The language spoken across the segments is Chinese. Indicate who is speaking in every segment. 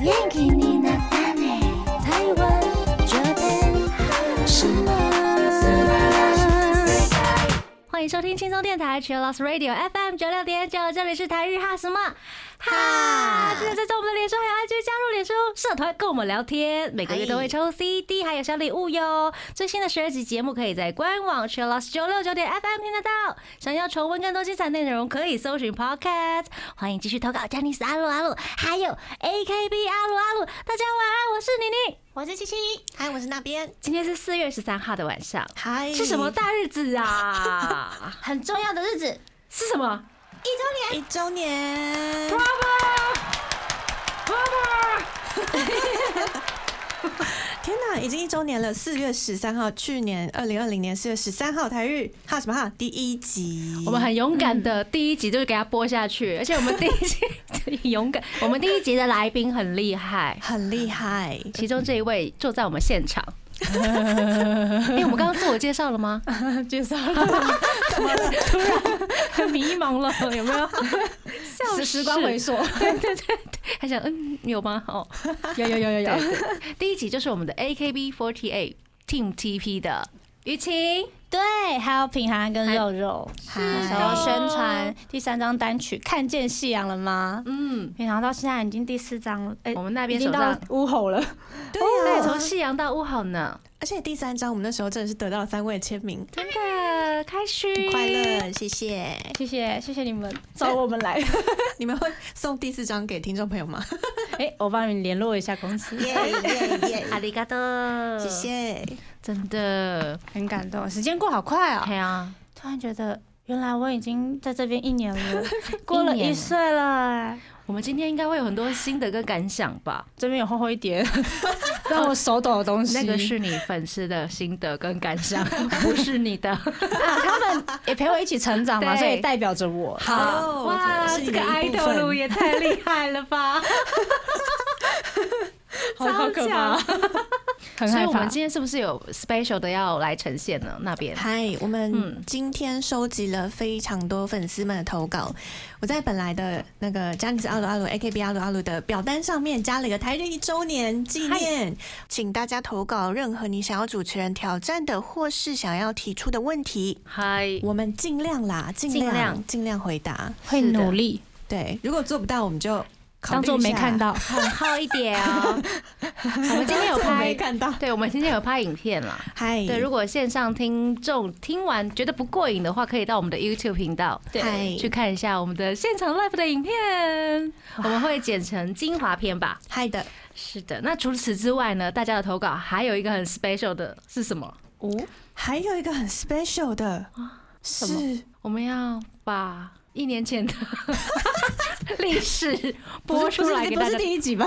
Speaker 1: 元気になったね台湾上天是吗？
Speaker 2: 欢迎收听轻松电台 c h i l l o s Radio FM 九六点九，这里是台日哈什么哈。记得在我们的脸书还有 IG 加入脸书社团跟我们聊天，每个月都会抽 CD 还有小礼物哟。最新的十二集节目可以在官网 c h i l l o s 九六九点 FM 听得到。想要重温更多精彩内容，可以搜寻 Podcast。欢迎继续投稿 j a n i c e 阿鲁阿鲁，还有 AKB 阿鲁阿鲁。大家晚安，我是妮妮。
Speaker 3: 我是七七，嗨，我是那边，
Speaker 2: 今天是四月十三号的晚上，
Speaker 3: 嗨
Speaker 2: 是什么？大日子啊？
Speaker 1: 哎 很重要的日子，
Speaker 2: 是什么？
Speaker 3: 一周年，天哪，已经一周年了！四月十三号，去年二零二零年四月十三号台日哈什么哈第一集，
Speaker 2: 我们很勇敢的，第一集就是给他播下去，而且我们第一集 很勇敢，我们第一集的来宾很厉害，
Speaker 3: 很厉害，
Speaker 2: 其中这一位就在我们现 场。哎、我们刚刚自我介绍了吗？
Speaker 4: 介绍了，
Speaker 2: 很迷茫了，有没有？笑
Speaker 4: 时时
Speaker 2: 死
Speaker 4: 光回溯，
Speaker 2: 还想嗯，有吗？哦，
Speaker 4: 有有有有有，
Speaker 2: 第一集就是我们的 AKB48 Team TP 的于晴，
Speaker 4: 对，还有品涵跟
Speaker 2: 肉
Speaker 4: 肉，啊
Speaker 3: 嗨
Speaker 4: 然后宣传第三张单曲《看见夕阳了吗
Speaker 2: 嗯》，，
Speaker 4: 品涵到现在已经第四张了，哎
Speaker 2: 我们那
Speaker 4: 已
Speaker 2: 边
Speaker 4: 经
Speaker 2: 手
Speaker 4: 到
Speaker 2: 上
Speaker 4: 乌吼了，
Speaker 3: 对
Speaker 2: 对，
Speaker 3: 呀、
Speaker 2: 从夕阳到乌好呢。
Speaker 3: 而且第三张我们那时候真的是得到了三位签名，
Speaker 2: 真的开心，
Speaker 3: 快！乐，谢谢。
Speaker 4: 谢谢谢谢你们找我们来，
Speaker 3: 你们会送第四张给听众朋友吗？
Speaker 4: 哎，我帮你们联络一下公司，
Speaker 3: 耶耶耶！
Speaker 2: 阿里嘎多，
Speaker 3: 谢，谢。
Speaker 2: 真的，
Speaker 4: 很感动，时间过好快哦
Speaker 2: 哎，呀，
Speaker 4: 突然觉得原来我已经在这边一年 了，过了一岁了哎。
Speaker 2: 我们今天应该会有很多新的跟感想吧？
Speaker 4: 这边有厚厚一叠 让我手抖的东西，
Speaker 2: 那个是你粉丝的心得跟感 想，不是你的。
Speaker 4: 啊，他们也陪我一起成长 嘛，
Speaker 2: 对
Speaker 4: 所以代表着我。
Speaker 3: 好
Speaker 2: 哇，
Speaker 3: 哦是你
Speaker 2: 这
Speaker 3: 的
Speaker 2: 个
Speaker 3: 一
Speaker 2: 爱
Speaker 3: 部
Speaker 2: 豆
Speaker 3: 分
Speaker 2: 路也太 厉害了吧！
Speaker 4: 好好可怕
Speaker 2: 超强
Speaker 4: 很
Speaker 2: 所以
Speaker 4: 害
Speaker 2: 我
Speaker 4: 怕
Speaker 2: 们。今天是不是有 special 的要来呈现呢？那边
Speaker 3: 嗨，我们
Speaker 2: 嗯
Speaker 3: 今天收集了非常多粉丝们的投稿。我在本来的那个詹姆斯阿鲁阿鲁 AKB 阿鲁阿鲁的表单上面加了一个台日一周年纪念，请大家投稿任何你想要主持人挑战的，或是想要提出的问题，
Speaker 2: 嗨，
Speaker 3: 我们尽量啦，尽
Speaker 2: 尽
Speaker 3: 量
Speaker 2: 量
Speaker 3: 尽量回答。
Speaker 4: 会
Speaker 2: 是的
Speaker 4: 努力，
Speaker 3: 对，如果做不到，我们就考虑
Speaker 4: 当做没
Speaker 3: 一下
Speaker 4: 看，到。
Speaker 2: 很厚一点 哦。我们今天有
Speaker 3: 当作
Speaker 2: 拍，
Speaker 3: 没看到。
Speaker 2: 对，我们今天有拍影片啦。
Speaker 3: 嗨，
Speaker 2: 对，如果线上听众听完觉得不过瘾的话，可以到我们的 YouTube 频道
Speaker 3: 嗨
Speaker 2: 去看一下我们的现场 live 的影片，我们会剪成精华片吧。
Speaker 3: 嗨的，
Speaker 2: 是的，那除此之外呢，大家的投稿还有一个很 special 的是什么？
Speaker 4: 哦，
Speaker 3: 还有一个很 special 的是
Speaker 2: 我们要把一年前的历史播
Speaker 4: 不是
Speaker 2: 出来给
Speaker 4: 不
Speaker 2: 大
Speaker 4: 是
Speaker 2: 家。
Speaker 4: 第一集吧？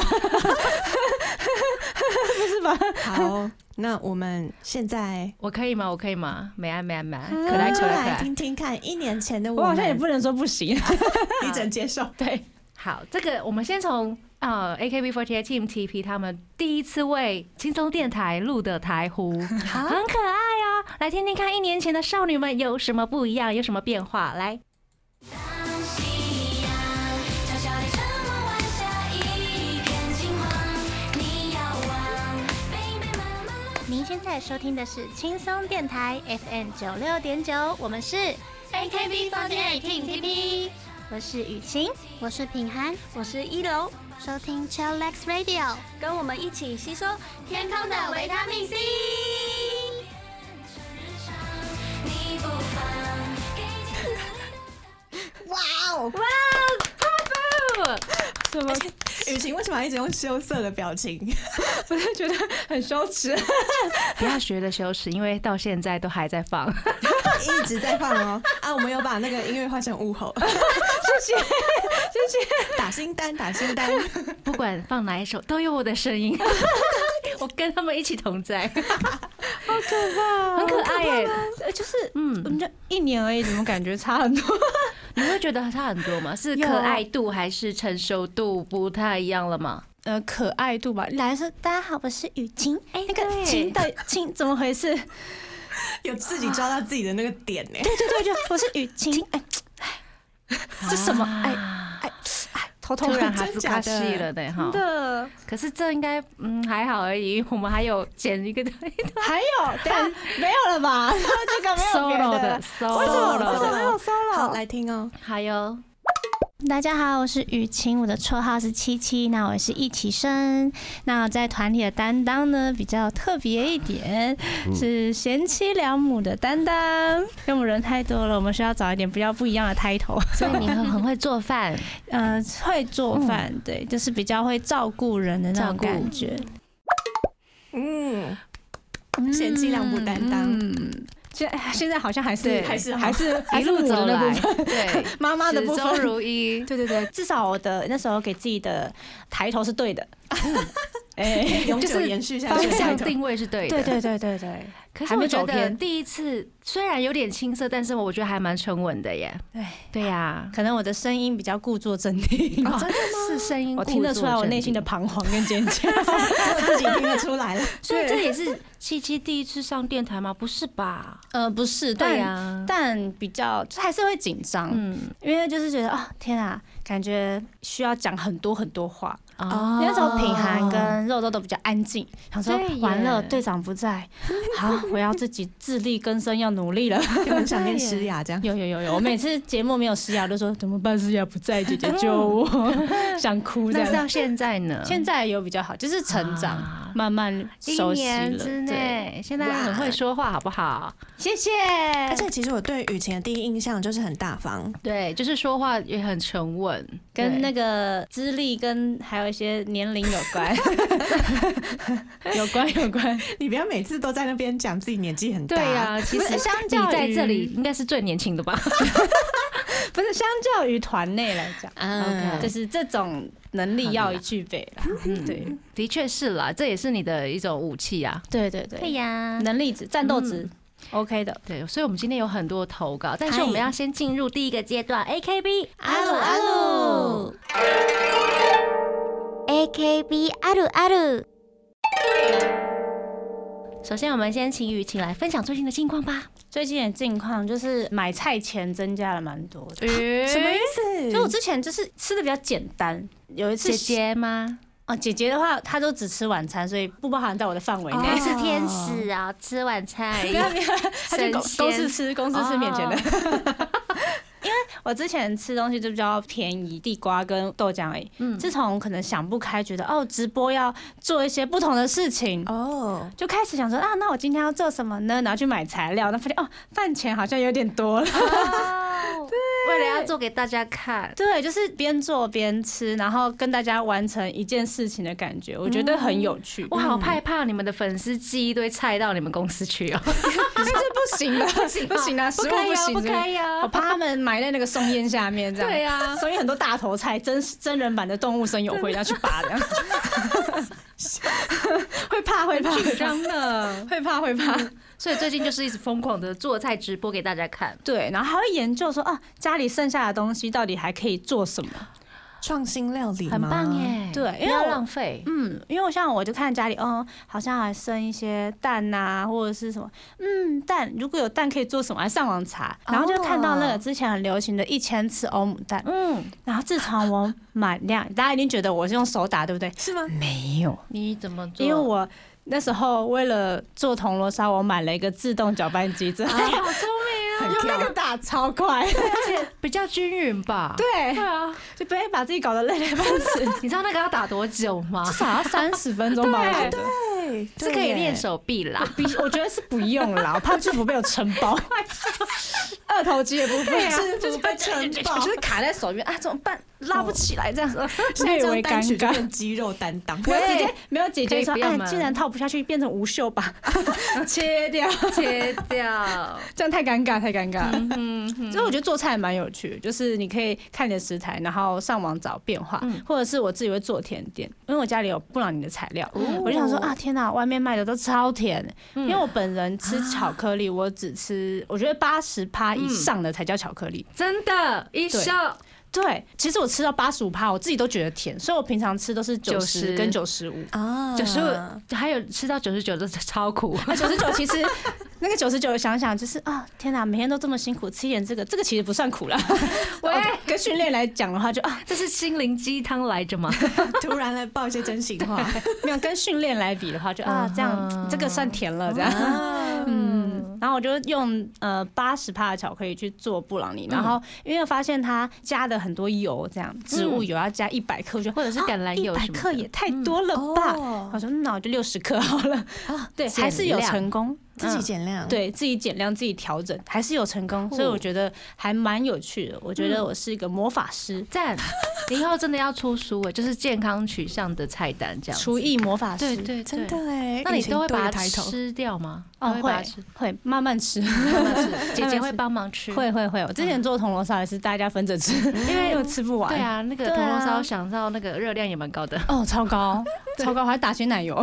Speaker 3: 好，那我们现在
Speaker 2: 我可以吗？我可以吗？没啊没啊没啊，可
Speaker 3: 嗯可
Speaker 2: 来
Speaker 3: 来
Speaker 2: 可
Speaker 3: 就
Speaker 2: 来可
Speaker 3: 来
Speaker 2: 来。
Speaker 3: 听听看，一年前的
Speaker 4: 我
Speaker 3: 我
Speaker 4: 好像也不能说不 行。
Speaker 3: 一整接受。
Speaker 4: 对，
Speaker 2: 好，这个我们先从呃 AKB48 Team TP 他们第一次为轻松电台录的台呼，很
Speaker 3: 好，
Speaker 2: 可爱哦，来听听看一年前的少女们有什么不一样，有什么变化。来，
Speaker 1: 当夕阳悄悄地沉默，晚下一片金黄，你要往北美慢慢来。
Speaker 5: 您现在收听的是轻松电台 FM 九六点九，我们是
Speaker 1: AKB48 Team TP
Speaker 5: 我是雨晴，我是品涵，
Speaker 1: 我是一楼，
Speaker 5: 收听 Chillax Radio，
Speaker 1: 跟我们一起吸收天空的维他命 C。
Speaker 3: 哇哦！
Speaker 2: 哇，Bravo！
Speaker 4: 什么？
Speaker 3: 哎雨晴为什么一直用羞涩的表情？
Speaker 4: 我就觉得很羞 耻。
Speaker 2: 不要学的羞耻，因为到现在都还在放。
Speaker 3: 一直在放哦。啊，我们有把那个音乐换成雾吼，
Speaker 4: 谢谢。
Speaker 3: 打新单，打新单。
Speaker 2: 不管放哪一首，都有我的声 音，我跟他们一起同在，好可怕，很可爱耶。
Speaker 4: 呃，就是我
Speaker 2: 嗯，
Speaker 4: 们就一年而已，怎么感觉差很多？
Speaker 2: 你会觉得差很多吗？是
Speaker 4: 有
Speaker 2: 可爱度还是成熟度不太一样了吗？
Speaker 4: 呃，可爱度吧。来说，大家好，我是雨晴。
Speaker 2: 哎
Speaker 4: 那个晴的晴怎么回事？
Speaker 3: 有自己抓到自己的那个点呢。
Speaker 4: 对对对，就我是雨晴。哎，哎这什么？哎
Speaker 2: 哎，
Speaker 4: 哎哎，
Speaker 2: 偷偷染哈
Speaker 3: 真
Speaker 2: 斯
Speaker 3: 假
Speaker 2: 卡
Speaker 3: 的
Speaker 2: 西了的哈。
Speaker 4: 的，
Speaker 2: 可是这应该嗯还好而已，我们还有剪一个
Speaker 4: 还有，但没有了吧？ 这个没有别
Speaker 2: solo
Speaker 4: 的
Speaker 2: 的
Speaker 4: 了。为什
Speaker 2: solo
Speaker 4: 么？
Speaker 3: 了
Speaker 4: 为什么没有
Speaker 3: 好，
Speaker 4: solo？
Speaker 3: 来听哦。
Speaker 2: 还有
Speaker 5: 大家好，我是雨晴，我的绰号是七七，那我是一起生，那在团体的担当呢比较特别一点，是贤妻良母的担当，因为我们人太多了，我们需要找一点比较不一样的 title，
Speaker 2: 所以你很很会做饭，
Speaker 5: 呃，会做饭，对，就是比较会照顾人的那
Speaker 2: 照
Speaker 5: 种
Speaker 2: 顾
Speaker 5: 感觉，
Speaker 3: 嗯，贤妻良母担当，
Speaker 5: 嗯，现现在好像还
Speaker 2: 对
Speaker 5: 是
Speaker 3: 还是
Speaker 5: 还是还
Speaker 2: 一
Speaker 5: 是
Speaker 2: 路
Speaker 5: 母
Speaker 2: 走
Speaker 5: 的那
Speaker 2: 来
Speaker 5: 部分，，
Speaker 2: 对，
Speaker 5: 妈妈的部
Speaker 2: 始终
Speaker 5: 分，
Speaker 2: 如一。
Speaker 5: 对对对，
Speaker 4: 至少我的那时候给自己的抬头是对的。哎，
Speaker 3: 永久
Speaker 2: 就是
Speaker 3: 延续下
Speaker 2: 方
Speaker 3: 去。
Speaker 2: 向定位是对的，
Speaker 4: 对对对对对，
Speaker 2: 可是
Speaker 4: 还
Speaker 2: 我
Speaker 4: 没
Speaker 2: 觉
Speaker 4: 走
Speaker 2: 得
Speaker 4: 偏
Speaker 2: 第一次虽然有点青涩，但是我觉得还蛮沉稳的耶。
Speaker 4: 对哦
Speaker 2: 对呀、
Speaker 4: 可能我的声音比较故作镇定。
Speaker 2: 真的吗？是声音，
Speaker 4: 我听得出来我内心的。彷徨跟尖叫，
Speaker 3: 我 自己听得出来了。
Speaker 2: 所以这也是七七第一次上电台吗？不是吧？
Speaker 5: 呃，不是，
Speaker 2: 对
Speaker 5: 但
Speaker 2: 呀、
Speaker 5: 但比较就还是会紧张，
Speaker 2: 啊嗯，
Speaker 4: 因为就是觉得哦天啊，感觉需要讲很多很多话。
Speaker 2: 哦
Speaker 4: 那时候品涵跟肉肉都比较安静，想说
Speaker 2: 对耶
Speaker 4: 完了队长不在， 好，我要自己自力更生，要努力了。
Speaker 3: 就很想念诗 雅这样。
Speaker 4: 有有有有，我每次节目没有诗雅都说怎么办，诗雅不在，姐姐救 我，想哭这
Speaker 2: 那是
Speaker 4: 样。
Speaker 2: 到现在呢？
Speaker 4: 现在有比较好，就是成长，
Speaker 2: 啊
Speaker 4: 慢慢
Speaker 2: 一
Speaker 4: 熟悉
Speaker 2: 年
Speaker 4: 了。
Speaker 2: 之
Speaker 4: 对，
Speaker 2: 内，现在很会说话，好不好？
Speaker 4: 谢谢。
Speaker 3: 而且其实我对雨晴的第一印象就是很大方，
Speaker 2: 对，就是说话也很沉稳，
Speaker 4: 跟那
Speaker 2: 个
Speaker 4: 个资历跟还有一些年龄有 关，有关有关。
Speaker 3: 你不要每次都在那边讲自己年纪很大。
Speaker 2: 对呀、其实
Speaker 4: 相
Speaker 2: 你
Speaker 4: 较
Speaker 2: 在
Speaker 4: 于
Speaker 2: 这里应该是最年轻的吧？
Speaker 4: 不是相较于团内来讲，
Speaker 3: 嗯
Speaker 2: OK
Speaker 4: 就是这种能力啊要具备啦。
Speaker 2: 嗯，
Speaker 4: 对，
Speaker 2: 的确是啦，这也是你的一种武器啊。
Speaker 4: 对对嗯
Speaker 5: 对
Speaker 4: 对，
Speaker 5: 呀，
Speaker 4: 啊能力值、战斗值，OK 的。
Speaker 2: 对，所以我们今天有很多投稿，但是我们要先进入第一个阶段，AKB
Speaker 5: 阿鲁阿鲁，AKB 阿鲁阿鲁，
Speaker 2: 首先，我们先请雨晴来分享最近的近况吧。
Speaker 4: 最近的近况就是买菜钱增加了蛮多的，
Speaker 2: 什么意思？
Speaker 3: 是
Speaker 4: 所以我之前就是吃的比较简单。有一次
Speaker 2: 姐姐吗？
Speaker 4: 哦，姐姐的话，她都只吃晚餐，所以不包含在我的范围内。
Speaker 3: 哦
Speaker 2: 是天使啊，吃晚餐 而已
Speaker 4: 不。要不要，她去公
Speaker 2: 神仙
Speaker 4: 公司吃，公司吃免钱的。因为哦 我之前吃东西就比较便宜，地瓜跟豆浆而已。
Speaker 2: 嗯，
Speaker 4: 自从可能想不开，觉得哦，直播要做一些不同的事情，
Speaker 3: 哦，
Speaker 4: 就开始想说啊，那我今天要做什么呢？然后去买材料，那发现哦，饭钱好像有点多了。
Speaker 5: 哦
Speaker 2: 为了要做给大家看，
Speaker 4: 对，就是边做边吃，然后跟大家完成一件事情的感觉，我觉得很有趣。
Speaker 2: 我好害怕你们的粉丝寄一堆菜到你们公司 去哦。
Speaker 4: 可是不 行的，不行不行啊，食物
Speaker 2: 可以
Speaker 4: 不
Speaker 2: 啊，
Speaker 4: 行，
Speaker 2: 不
Speaker 4: 真的
Speaker 2: 可以
Speaker 4: 我
Speaker 2: 啊。
Speaker 4: 怕他们埋在那个松烟下面，这样。
Speaker 2: 对啊，
Speaker 4: 松烟很多大头菜，真真人版的动物森友会，要去拔的， 会怕会怕
Speaker 2: 啊紧张的，嗯
Speaker 4: 会怕会怕。
Speaker 2: 所以最近就是一直疯狂的做菜直播给大家看。
Speaker 4: 对，然后还会研究说啊，家里剩下的东西到底还可以做什么？
Speaker 3: 创新料理吗
Speaker 2: 很棒。耶，
Speaker 4: 对因为
Speaker 2: 不要
Speaker 4: 我
Speaker 2: 浪费，
Speaker 4: 嗯，因为我像我就看家里，哦，好像还剩一些蛋呐、或者是什么，嗯，蛋如果有蛋可以做什么？还上网查，然后就看到
Speaker 2: 哦
Speaker 4: 那个之前很流行的一千次欧姆蛋，
Speaker 2: 嗯，
Speaker 4: 然后自从我买量， 大家一定觉得我是用手打，对不对？
Speaker 3: 是吗？
Speaker 4: 没有，
Speaker 2: 你怎么做？
Speaker 4: 因为我。那时候为了做铜锣烧，我买了一个自动搅拌机，之后
Speaker 2: 哎好聪明啊，
Speaker 4: 用那个打超快，
Speaker 2: 而且比较均匀吧。
Speaker 4: 对，
Speaker 2: 啊，
Speaker 4: 就不会把自己搞得累累半死。
Speaker 2: 你知道那个要打多久吗
Speaker 4: 至？少要三十分钟吧，我觉得。
Speaker 3: 对，
Speaker 2: 是可以练。手臂啦。
Speaker 4: 比我觉得是不用啦，我怕制服被我撑爆。二头肌的部分，
Speaker 3: 制服被撑爆
Speaker 4: 我 就是卡在手边啊，怎么办？拉不起来这样，
Speaker 2: 哦
Speaker 4: 略
Speaker 3: 这
Speaker 4: 微
Speaker 3: 张
Speaker 4: 尴
Speaker 3: 单曲就
Speaker 4: 尬。
Speaker 3: 变肌肉担当。
Speaker 4: 我直接没有姐
Speaker 2: 可
Speaker 4: 姐
Speaker 2: 以
Speaker 4: 说，
Speaker 2: 不要
Speaker 4: 哎，
Speaker 2: 吗
Speaker 4: 既然套不下去，变成无袖吧，切掉，
Speaker 2: 切 掉，
Speaker 4: 这样太尴尬，太尴尬了。
Speaker 2: 嗯哼，
Speaker 4: 所以我觉得做菜蛮有趣的，就是你可以看你的食材，然后上网找变化，
Speaker 2: 嗯
Speaker 4: 或者是我自己会做甜点，因为我家里有布朗尼的材料，
Speaker 2: 哦
Speaker 4: 我就想说啊，天哪，外面卖的都超甜，
Speaker 2: 嗯啊
Speaker 4: 因为我本人吃巧克力，我只吃我觉得八十趴以上的才叫巧克力，
Speaker 2: 真的，一笑，
Speaker 4: 对，其实我吃到八十五趴，我自己都觉得甜，所以我平常吃都是九十
Speaker 2: 90
Speaker 4: 跟九十五。
Speaker 3: 啊
Speaker 2: 九十五，还有吃到九十九的超苦，
Speaker 4: 那嗯啊九十九其实那个九十九想想就是啊，天哪，每天都这么辛苦，吃一点这个，这个其实不算苦啦。
Speaker 2: 喂
Speaker 4: 哦跟训练来讲的话就，啊，
Speaker 2: 这是心灵鸡汤来 着吗？
Speaker 3: 突然来爆一些真心 话，
Speaker 2: 嗯
Speaker 4: 没有跟训练来比的话就，啊，这样这个算甜了，这样。
Speaker 2: 啊
Speaker 4: 嗯，然后我就用呃八十帕的巧克力去做布朗尼，然后
Speaker 2: 嗯
Speaker 4: 因为发现它加的很多油，这样植物油要加一百克，我
Speaker 2: 嗯
Speaker 4: 就啊
Speaker 2: 或者是橄榄油
Speaker 4: 一百
Speaker 2: 什么
Speaker 4: 克
Speaker 2: 的嗯
Speaker 4: 也太多了吧？
Speaker 3: 哦
Speaker 4: 我说嗯那我就六十克好了，
Speaker 2: 啊
Speaker 4: 对，还是有成功，
Speaker 3: 自己
Speaker 4: 嗯
Speaker 3: 减量，，
Speaker 4: 对自己减量、自己调整，还是有成功，所以我觉得还蛮有趣的。我觉得我是一个魔法师，
Speaker 2: 赞。你以后真的要出书哎，就是健康取向的菜单这样子。
Speaker 4: 厨艺魔法
Speaker 2: 对
Speaker 4: 师，
Speaker 2: 对
Speaker 3: 真
Speaker 2: 对，
Speaker 3: 的哎，
Speaker 2: 那你都会把它
Speaker 3: 抬头，
Speaker 2: 吃掉吗？
Speaker 4: 哦
Speaker 2: 都把它
Speaker 4: 会
Speaker 2: 吃
Speaker 4: 会慢慢吃，
Speaker 2: 慢慢 吃姐姐会帮忙吃。
Speaker 4: 会会会。我之前做铜锣烧也是大家分着吃，因为 又吃不完。
Speaker 2: 对啊，那个
Speaker 4: 嗯对
Speaker 2: 铜
Speaker 4: 啊
Speaker 2: 锣烧想到那个热量也蛮高的，
Speaker 4: 哦，超 高，超高，还打些奶油。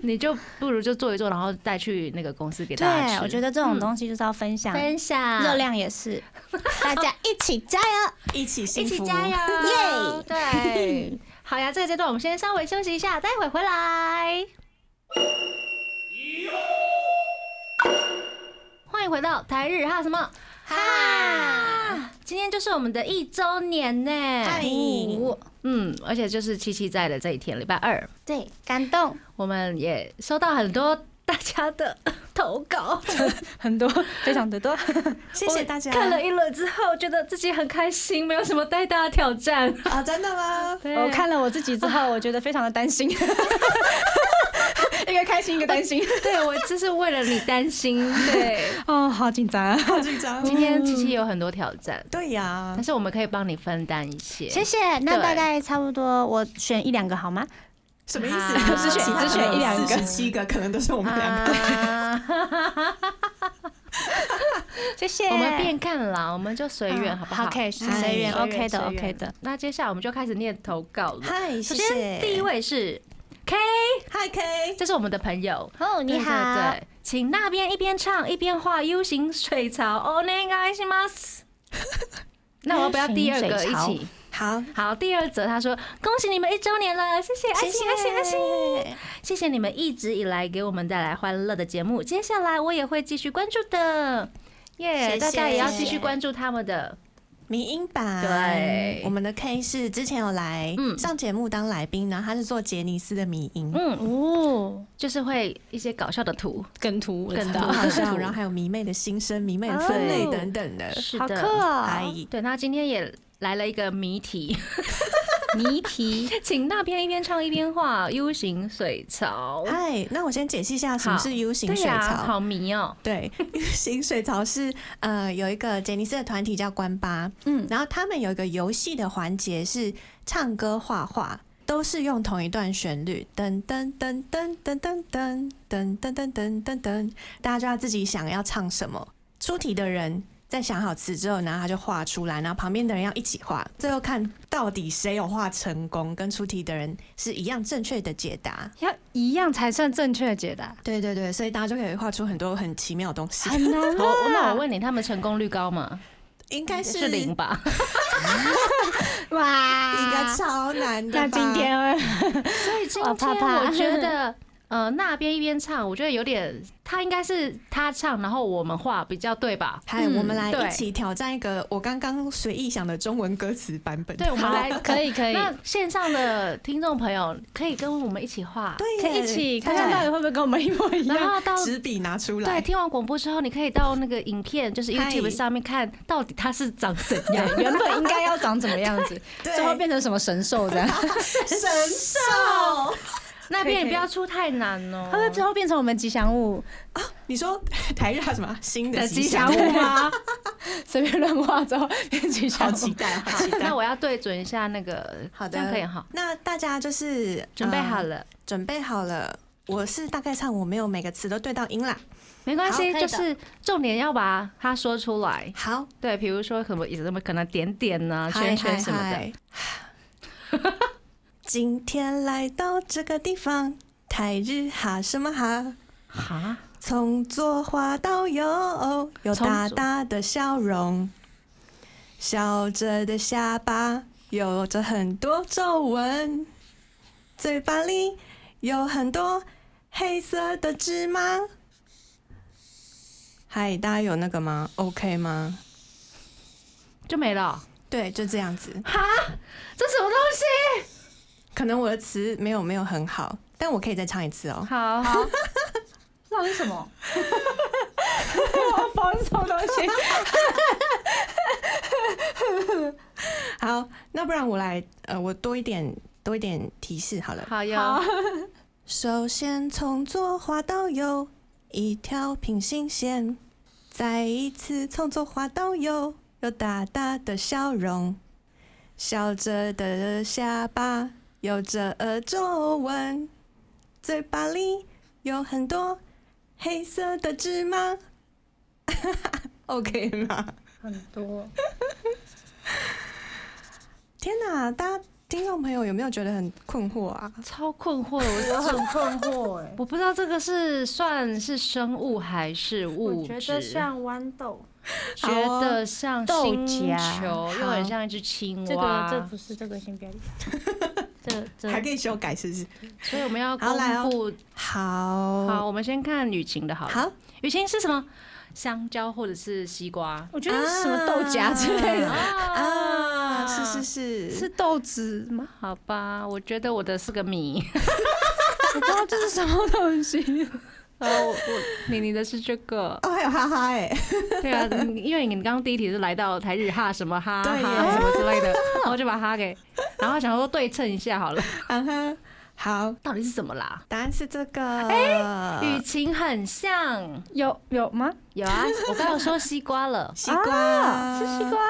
Speaker 2: 你就不如就做一做，然后带去那个公司给大家吃。
Speaker 4: 我觉得这种东西就是要嗯分享，
Speaker 5: 享
Speaker 4: 热量也是，
Speaker 5: 大 家一起加油！
Speaker 3: 一起幸
Speaker 2: 一
Speaker 3: 福
Speaker 2: 起加油， 耶！对， 好呀，这个阶段我们先稍微休息一下，待会回来。欢迎回到台日哈什么哈？今天就是我们的一周年呢，
Speaker 3: 嗨
Speaker 2: 嗯，而且就是七七在的这一天，礼拜二，
Speaker 5: 对，感动。
Speaker 2: 我们也收到很多大家的 投稿，
Speaker 4: 很多，非常的多。
Speaker 3: 谢谢大家。
Speaker 2: 看了一轮之后，觉得自己很开心，没有什么太大的挑 战。哦
Speaker 3: 啊，真的 吗？
Speaker 2: 对
Speaker 4: 我看了我自己之后，我觉得非常的担 心，一个开心，一个担心。
Speaker 2: 对我就是为了你担 心。对，
Speaker 4: 哦，好紧张啊！
Speaker 3: 好紧张。
Speaker 2: 今天七七有很多挑战，
Speaker 3: 对呀
Speaker 2: 但，是我们可以帮你分担一些。
Speaker 5: 嗯谢谢。那
Speaker 2: 对
Speaker 5: 大概差不多，我
Speaker 4: 我选一两个好吗？
Speaker 3: 什么意
Speaker 2: 啊
Speaker 3: 思？
Speaker 2: 只选
Speaker 4: 只选一两个
Speaker 3: 四十七个，可能都是我们 两个。
Speaker 2: 啊，
Speaker 5: 谢谢。
Speaker 2: 我们变看啦，我们就随缘，好不好？
Speaker 5: 好，可以随
Speaker 3: 哎
Speaker 5: 缘
Speaker 4: 随缘
Speaker 5: ，OK 的
Speaker 4: 随缘
Speaker 5: ，OK 的。
Speaker 2: 那接下来我们就开始念投稿了。
Speaker 3: 嗨，
Speaker 2: 首
Speaker 3: 谢
Speaker 2: 先第一
Speaker 3: 谢。
Speaker 2: 位是 K，
Speaker 3: 嗨 K，
Speaker 2: 这是我们的朋友。
Speaker 5: 哦，你好，
Speaker 2: 对对对，请那边一边唱一边画 U 型水槽。哦，那应该是 吗？那我要不要第二个一起？
Speaker 3: 好，
Speaker 2: 好，第二则他说：“恭喜你们一周年了，谢谢，爱
Speaker 3: 谢谢
Speaker 2: 心，爱心，爱心，谢谢你们一直以来给我们带来欢乐的节目。接下来我也会继续关注的，耶、
Speaker 3: 谢谢
Speaker 2: 大家也要继续关注他们的。
Speaker 3: 迷音版。
Speaker 2: 对
Speaker 3: 我们的 K 是之前有来
Speaker 2: 嗯
Speaker 3: 上节目当来宾，然后他是做杰尼斯的迷音，
Speaker 2: 嗯，
Speaker 5: 哦，
Speaker 2: 就是会一些搞笑的图，
Speaker 4: 梗图，我知
Speaker 2: 梗
Speaker 4: 道
Speaker 2: 图。
Speaker 3: 好笑，然后还有迷妹的心声、迷妹的分类
Speaker 2: 哦
Speaker 3: 等等的。
Speaker 2: 是
Speaker 5: 呃好
Speaker 2: 的。
Speaker 5: 酷
Speaker 3: 阿
Speaker 4: 哎
Speaker 5: 哦。
Speaker 3: 姨，
Speaker 2: 对，那今天也来了一个谜题，
Speaker 5: 谜 题
Speaker 2: 请那边一边唱一边画 U 型水槽。
Speaker 3: 嗨，那我先解析一下什么是啊 U 型
Speaker 2: 对
Speaker 3: 水
Speaker 2: 呀、
Speaker 3: 槽。
Speaker 2: 好迷哦、
Speaker 3: 对，U 型水槽是呃有一个杰尼斯的团体叫关八，嗯，然后他们有一个游戏的环节是唱歌、画画，都是用同一段旋律，噔噔噔噔噔噔噔噔噔噔噔噔噔，大家就要自己想要唱什么。出题的人在想好词之后，然后他就画出来，然后旁边的人要一起画，最后看到底谁有画成功，跟出题的人是一样正确的解答。
Speaker 4: 要一样才算正确的解答，
Speaker 3: 对对对，所以大家就可以画出很多很奇妙的东西，
Speaker 4: 很难
Speaker 2: 好，那我问你，他们成功率高吗？
Speaker 3: 应该是
Speaker 2: 是零吧？
Speaker 5: 哇，
Speaker 3: 应该超难的吧。
Speaker 4: 啊那今天会
Speaker 2: 所以今
Speaker 5: 我
Speaker 2: 天
Speaker 5: 怕怕
Speaker 2: 我觉得， 呃，那边一边唱，我觉得有点，他应该是他唱，然后我们画比较对吧？
Speaker 3: 嗨，嗯我们来
Speaker 2: 对
Speaker 3: 一起挑战一个我刚刚随意想的中文歌词版本。
Speaker 2: 对，我们来
Speaker 4: 可。以可以，
Speaker 2: 那线上的听众朋友可以跟我们一起画，
Speaker 3: 对
Speaker 4: 可以
Speaker 3: 耶，
Speaker 4: 一起看
Speaker 3: 大
Speaker 4: 看
Speaker 3: 家
Speaker 4: 到底会不会跟我们一模一
Speaker 2: 然
Speaker 4: 样。
Speaker 2: 后到
Speaker 3: 纸笔拿出
Speaker 2: 对
Speaker 3: 来。
Speaker 2: 听完广播之后，你可以到那个影片，就是
Speaker 3: 嗨
Speaker 2: YouTube 上面看到底他是长怎
Speaker 4: 对
Speaker 2: 样。
Speaker 4: 原本应该要长怎么样 子，
Speaker 3: 对
Speaker 4: 最后变成什么神兽这 样？
Speaker 3: 神兽
Speaker 2: 那
Speaker 4: 可以
Speaker 2: 边也
Speaker 4: 可以
Speaker 2: 不要出太难哦
Speaker 4: 会不，会最后变成我们吉祥物
Speaker 3: 你说台日还有什么新
Speaker 4: 的
Speaker 3: 的吉
Speaker 4: 吉祥
Speaker 3: 祥
Speaker 4: 物？吗？随便乱画之后变吉
Speaker 3: 好
Speaker 4: 祥
Speaker 3: 期
Speaker 4: 物。
Speaker 3: 待，好期待
Speaker 2: 那。我要对准一下那个，
Speaker 3: 好的
Speaker 2: 这样可以哈。
Speaker 3: 那大家就是
Speaker 2: 准备好
Speaker 3: 呃
Speaker 2: 了，
Speaker 3: 准备好了。我是大概唱，我没有每个词都对到音啦。
Speaker 2: 没关系，
Speaker 5: 好可
Speaker 2: 就
Speaker 5: 以的
Speaker 2: 是重点要把它说出来。
Speaker 3: 好，
Speaker 2: 对，比如说什么什么可能点点呐、
Speaker 3: 嗨
Speaker 2: 啊圈圈什么。的
Speaker 3: 嗨。嗨 今天来到这个地方，台日哈什么哈？
Speaker 2: 哈，
Speaker 3: 从左滑到右，有
Speaker 2: 从
Speaker 3: 大
Speaker 2: 左
Speaker 3: 大的笑容。笑着的下巴有着很多皱纹，嘴巴里有很多黑色的芝麻。嗨，大家有那个吗？OK 吗？
Speaker 2: 就没了。
Speaker 3: 对，就这样子。
Speaker 2: 哈，这什么东西？
Speaker 3: 可能我的词没有没有很好，但我可以再唱一次哦。
Speaker 2: 好好，
Speaker 4: 这到底是什么？我防什么东西？
Speaker 3: 好，那不然我来，呃，我多一点多一点提示好了。
Speaker 2: 好有
Speaker 4: 好
Speaker 3: 首先从左滑到右一条平行线，再一次从左滑到右，有大大的笑容，笑着的下巴有着呃皱纹，嘴巴里有很多黑色的芝麻。OK 吗？
Speaker 4: 很多，
Speaker 3: 天哪，大家听众朋友有没有觉得很困惑啊？
Speaker 2: 超困惑的，
Speaker 4: 我
Speaker 2: 我
Speaker 4: 很困惑哎。
Speaker 2: 我不知道这个是算是生物还是物
Speaker 6: 我
Speaker 2: 质，
Speaker 6: 觉得像豌豆，
Speaker 2: 觉得像
Speaker 5: 豆
Speaker 2: 星
Speaker 5: 荚
Speaker 2: 球，又很像一只青
Speaker 6: 这个
Speaker 2: 蛙。
Speaker 6: 这不是这个先不要理它。
Speaker 2: 这这
Speaker 3: 还可以修改是不是？
Speaker 2: 所以我们要
Speaker 3: 好来
Speaker 2: 公
Speaker 3: 哦
Speaker 2: 布。好，
Speaker 3: 好，
Speaker 2: 我们先看雨晴的哦好了。
Speaker 3: 好，
Speaker 2: 雨晴是什么？香蕉或者是西瓜？
Speaker 4: 我觉得是哎什么豆荚之类的，
Speaker 3: 啊，是是是
Speaker 4: 是，豆子吗？
Speaker 2: 好吧，我觉得我的是个米。
Speaker 4: 我不知道这是什么东西。
Speaker 2: 啊，我我你你的是这个，
Speaker 3: 哦，还有哈哈哎，
Speaker 2: 对啊，你因为你刚刚第一题是来到台日哈什么哈哈
Speaker 3: 对耶
Speaker 2: 什么之类的，然后就把哈给，然后想说对称一下好了，
Speaker 3: 嗯哼，好，
Speaker 2: 到底是什么啦？
Speaker 3: 答案是这个，，
Speaker 2: 哎雨晴很像，
Speaker 4: 有有吗？
Speaker 2: 有啊，我刚刚说西瓜了
Speaker 3: 西瓜
Speaker 4: 啊是西，瓜，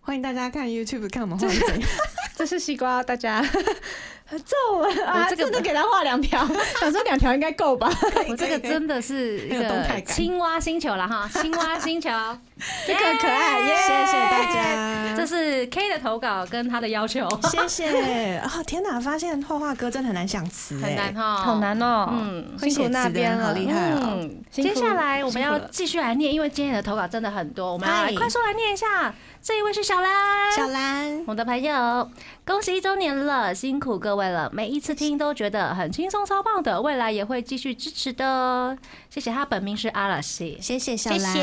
Speaker 3: 欢迎大家看 YouTube 看我们画的怎样，
Speaker 4: 这是西瓜，大家 皱纹啊，
Speaker 2: 这个
Speaker 4: 真的给他画 两条，想说两条应该够吧？
Speaker 2: 我这个真的是一
Speaker 3: 很有动态
Speaker 2: 个
Speaker 3: 感
Speaker 2: 青蛙星球了 哈，青蛙星球，
Speaker 3: 这个可爱，谢谢大家，
Speaker 2: 这是 K 的投稿跟他的要求，
Speaker 3: 谢谢，哦天哪，发现画画歌真的很难想词，哎
Speaker 2: 很难，哈，
Speaker 5: 好难哦、
Speaker 2: 嗯，
Speaker 3: 会
Speaker 4: 辛苦
Speaker 3: 写
Speaker 4: 那
Speaker 3: 词的
Speaker 4: 边
Speaker 3: 人好
Speaker 4: 了，
Speaker 3: 厉害哦，
Speaker 2: 嗯，
Speaker 4: 辛
Speaker 2: 接
Speaker 4: 苦
Speaker 2: 下来我们
Speaker 4: 辛苦
Speaker 2: 要
Speaker 4: 了
Speaker 2: 继续来念，因为今天的投稿真的很多，我们要
Speaker 3: 嗨
Speaker 2: 来快速来念一下。这一位是小兰，
Speaker 3: 小兰，
Speaker 2: 我的朋友，恭喜一周年了，辛苦各位了！每一次听都觉得很轻松，超棒的，未来也会继续支持的。哦谢谢他，本名是阿拉西。
Speaker 3: 谢谢小
Speaker 5: 谢
Speaker 3: 兰，
Speaker 5: 谢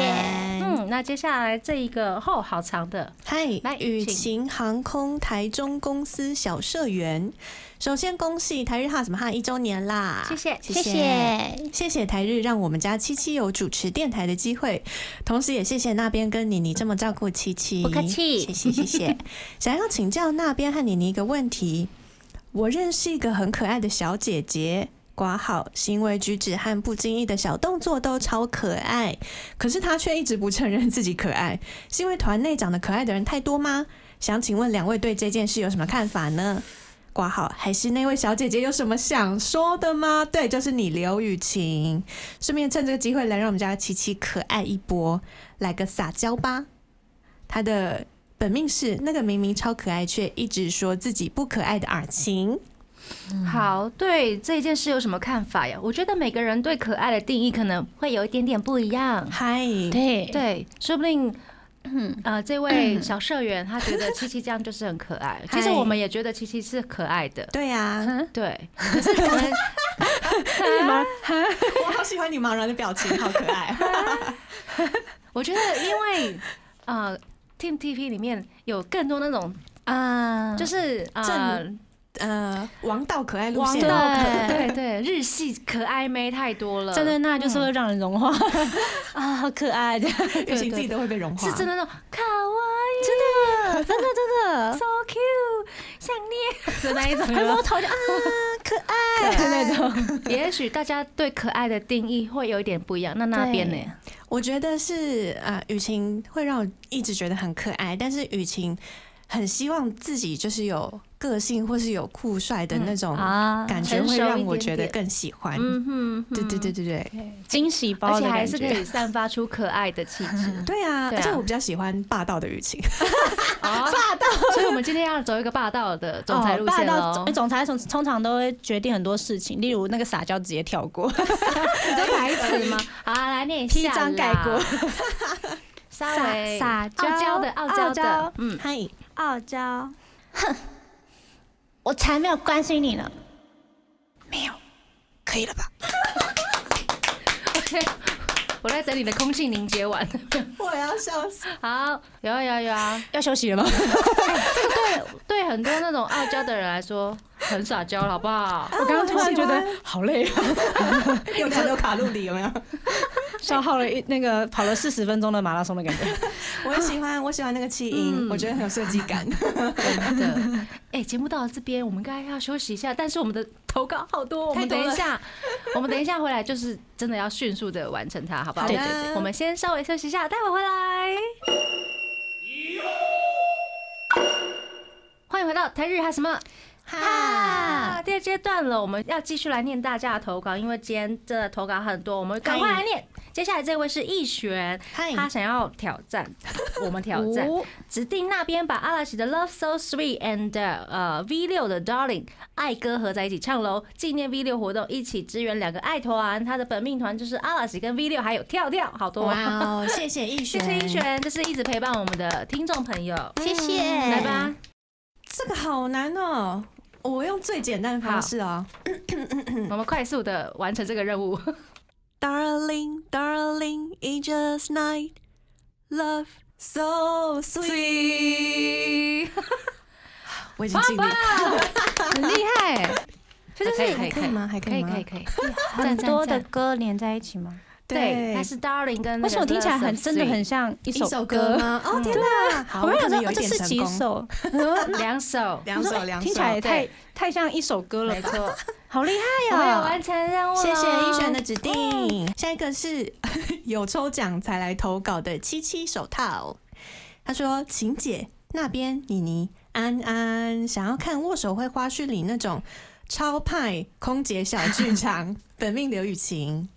Speaker 2: 嗯，那接下来这一个后、哦、好长的，
Speaker 3: 嗨
Speaker 2: 来，
Speaker 3: 雨
Speaker 2: 请
Speaker 3: 晴航空台中公司小社员，首先恭喜台日哈什么哈一周年啦！
Speaker 2: 谢谢
Speaker 5: 谢谢，
Speaker 3: 谢谢台日让我们家七七有主持电台的机会，同时也谢谢那边跟妮妮这么照顾七七，
Speaker 2: 不客气
Speaker 3: 谢 谢谢谢。想要请教那边和妮妮一个问题，我认识一个很可爱的小姐姐。挂号，行为举止和不经意的小动作都超可爱，可是她却一直不承认自己可爱，是因为团内长得可爱的人太多吗？想请问两位对这件事有什么看法呢？挂号，还是那位小姐姐有什么想说的吗？对，就是你刘雨晴。顺便趁这个机会来让我们家琪琪可爱一波，来个撒娇吧。她的本命是那个明明超可爱却一直说自己不可爱的尔晴。
Speaker 2: 好，对这件事有什么看法呀？我觉得每个人对可爱的定义可能会有一点点不一样。
Speaker 3: 嗨，
Speaker 5: 对
Speaker 2: 对，说不定，呃，这位小社员他觉得七七这样就是很可爱。其实
Speaker 3: 嗨
Speaker 2: 我们也觉得七七是可爱的，
Speaker 3: 对呀、
Speaker 2: 对。啊可是可能
Speaker 4: 啊
Speaker 2: 啊
Speaker 3: 我 好喜欢你茫然的表情，好可爱。
Speaker 2: 我觉得，因为呃，Team TP 里面有更多那种，
Speaker 5: 啊，
Speaker 2: 就是是呃
Speaker 3: 正，
Speaker 5: 呃，
Speaker 3: 王道可爱路
Speaker 2: 王
Speaker 3: 线，
Speaker 2: 道可
Speaker 5: 对
Speaker 2: 对对，日系可爱妹太多了，
Speaker 4: 站在那就是会让人融化
Speaker 2: 嗯
Speaker 4: 啊，好可爱的。
Speaker 3: 雨晴自己都会被融化。
Speaker 2: 是真的那种卡哇伊，啊
Speaker 5: 真的 真的
Speaker 2: so cute，想念的那一种。
Speaker 5: 还摸头就啊，可爱。
Speaker 4: 那种，
Speaker 2: 也许大家对可爱的定义会有一点不一样。那那边呢？
Speaker 3: 我觉得是啊，雨晴会让我一直觉得很可爱，但是雨晴很希望自己就是有个性或是有酷帅的那种
Speaker 5: 啊，
Speaker 3: 哦感觉，
Speaker 2: 嗯成熟
Speaker 3: 会
Speaker 2: 一
Speaker 3: 让我
Speaker 2: 点
Speaker 3: 觉得
Speaker 2: 点
Speaker 3: 更喜欢。
Speaker 2: 嗯哼，啊
Speaker 3: 对对对对对，。
Speaker 4: 惊喜包
Speaker 2: 而且
Speaker 4: 的
Speaker 2: 还
Speaker 4: 感
Speaker 2: 是可以
Speaker 4: 觉，
Speaker 2: 散发出可爱的气质
Speaker 3: 对啊！
Speaker 2: 对啊
Speaker 3: 而且我比较喜欢霸道的 雨晴，
Speaker 2: 霸道，啊所以我们今天要走一个霸道的总裁路
Speaker 4: 哦霸
Speaker 2: 线
Speaker 4: 道 哎
Speaker 2: 喽
Speaker 4: 总。总裁总通常都会决定很多事情，例如那个撒娇直接跳 过，
Speaker 2: 你都白痴吗？好啊，来念一下啦。
Speaker 4: 披章盖过
Speaker 2: 稍微
Speaker 5: 撒娇
Speaker 2: 傲娇的傲娇
Speaker 5: 傲
Speaker 2: 的
Speaker 5: 娇，
Speaker 2: 嗯，
Speaker 3: 嗨，
Speaker 6: 傲娇，
Speaker 5: 我才没有关心你呢。
Speaker 3: 可以了吧？
Speaker 2: 我在等你的空气凝结完。
Speaker 3: 我要笑 死！
Speaker 2: 好，有啊有啊有啊，
Speaker 4: 要休息了吗？
Speaker 2: 这个对对很多那种傲娇的人来说很撒娇了，好不好？
Speaker 4: 我刚刚突然觉得好累啊，
Speaker 3: 又卡又卡路里有没有？
Speaker 4: 消耗了一那个跑了四十分钟的马拉松的感觉。
Speaker 3: 我喜欢，我喜欢那个气
Speaker 2: 嗯
Speaker 3: 音，我觉得很有设 计感。
Speaker 2: 真的。 哎、节目到了这边，我们应该要休息一下，但是我们的投稿好多，我们等一下，我们等一下回来，就是真的要迅速的完成它，好不好？
Speaker 3: 好的对对对
Speaker 2: 我们先稍微休息一下，待会回来。欢迎回到台日哈什么哈？第二阶段了，我们要继续来念大家的投稿，因为今天真的投稿很多，我们赶快来念。接下来这位是易璇，
Speaker 3: 嗨
Speaker 2: 他想要挑战，我们挑战，
Speaker 4: 哦
Speaker 5: 哦
Speaker 2: 指定那边把阿拉西的《Love So Sweet》and 呃 V 六的《Darling》爱歌合在一起唱喽，纪念 V 六活动，一起支援两个爱团，他的本命团就是阿拉西跟 V 六，还有跳跳，好多、啊。
Speaker 3: 哇哦，谢 谢逸
Speaker 2: 谢
Speaker 3: 轩，
Speaker 2: 谢英璇，这是一直陪伴我们的听众朋友，
Speaker 5: 谢谢
Speaker 2: 来吧，
Speaker 3: 这个好难哦。我用最简单的方式哦
Speaker 2: 我们快速的完成这个任务。
Speaker 3: ，Darling, darling, it's just night, love so sweet。我已经尽力，
Speaker 2: 很厉害， 这就是
Speaker 3: 还可以吗？还
Speaker 2: 可
Speaker 3: 可
Speaker 2: 以
Speaker 3: 以吗
Speaker 2: 可以？可以，
Speaker 5: 很多的
Speaker 2: 赞
Speaker 5: 歌连在一起吗？
Speaker 2: 对，它是 Darling 跟那个
Speaker 4: 为什么听起来很
Speaker 2: Love So
Speaker 4: 真的
Speaker 2: Sweet
Speaker 4: 很像一
Speaker 3: 一
Speaker 4: 首
Speaker 3: 首歌？吗？哦天哪！好
Speaker 4: 我
Speaker 3: 我
Speaker 4: 刚
Speaker 3: 可
Speaker 4: 想
Speaker 3: 能
Speaker 4: 说
Speaker 3: 有
Speaker 4: 哦
Speaker 3: 一
Speaker 4: 这
Speaker 3: 点
Speaker 4: 是
Speaker 3: 成
Speaker 4: 几
Speaker 3: 功。
Speaker 4: 首？哎
Speaker 2: 两首？
Speaker 3: 两首，两首，
Speaker 4: 听起来也太
Speaker 2: 对
Speaker 4: 太像一首歌了
Speaker 2: 没
Speaker 4: 吧，
Speaker 2: 错，
Speaker 4: 好厉
Speaker 2: 我
Speaker 4: 害
Speaker 2: 们有
Speaker 3: 哎
Speaker 4: 啊！
Speaker 2: 完成任务了，哦
Speaker 3: 谢谢一璇的指定。下一个是 有抽奖才来投稿的七七手套，他说：“晴姐那边妮妮安安想要看《握手会花絮》里那种超派空姐小 剧场，本命刘雨晴，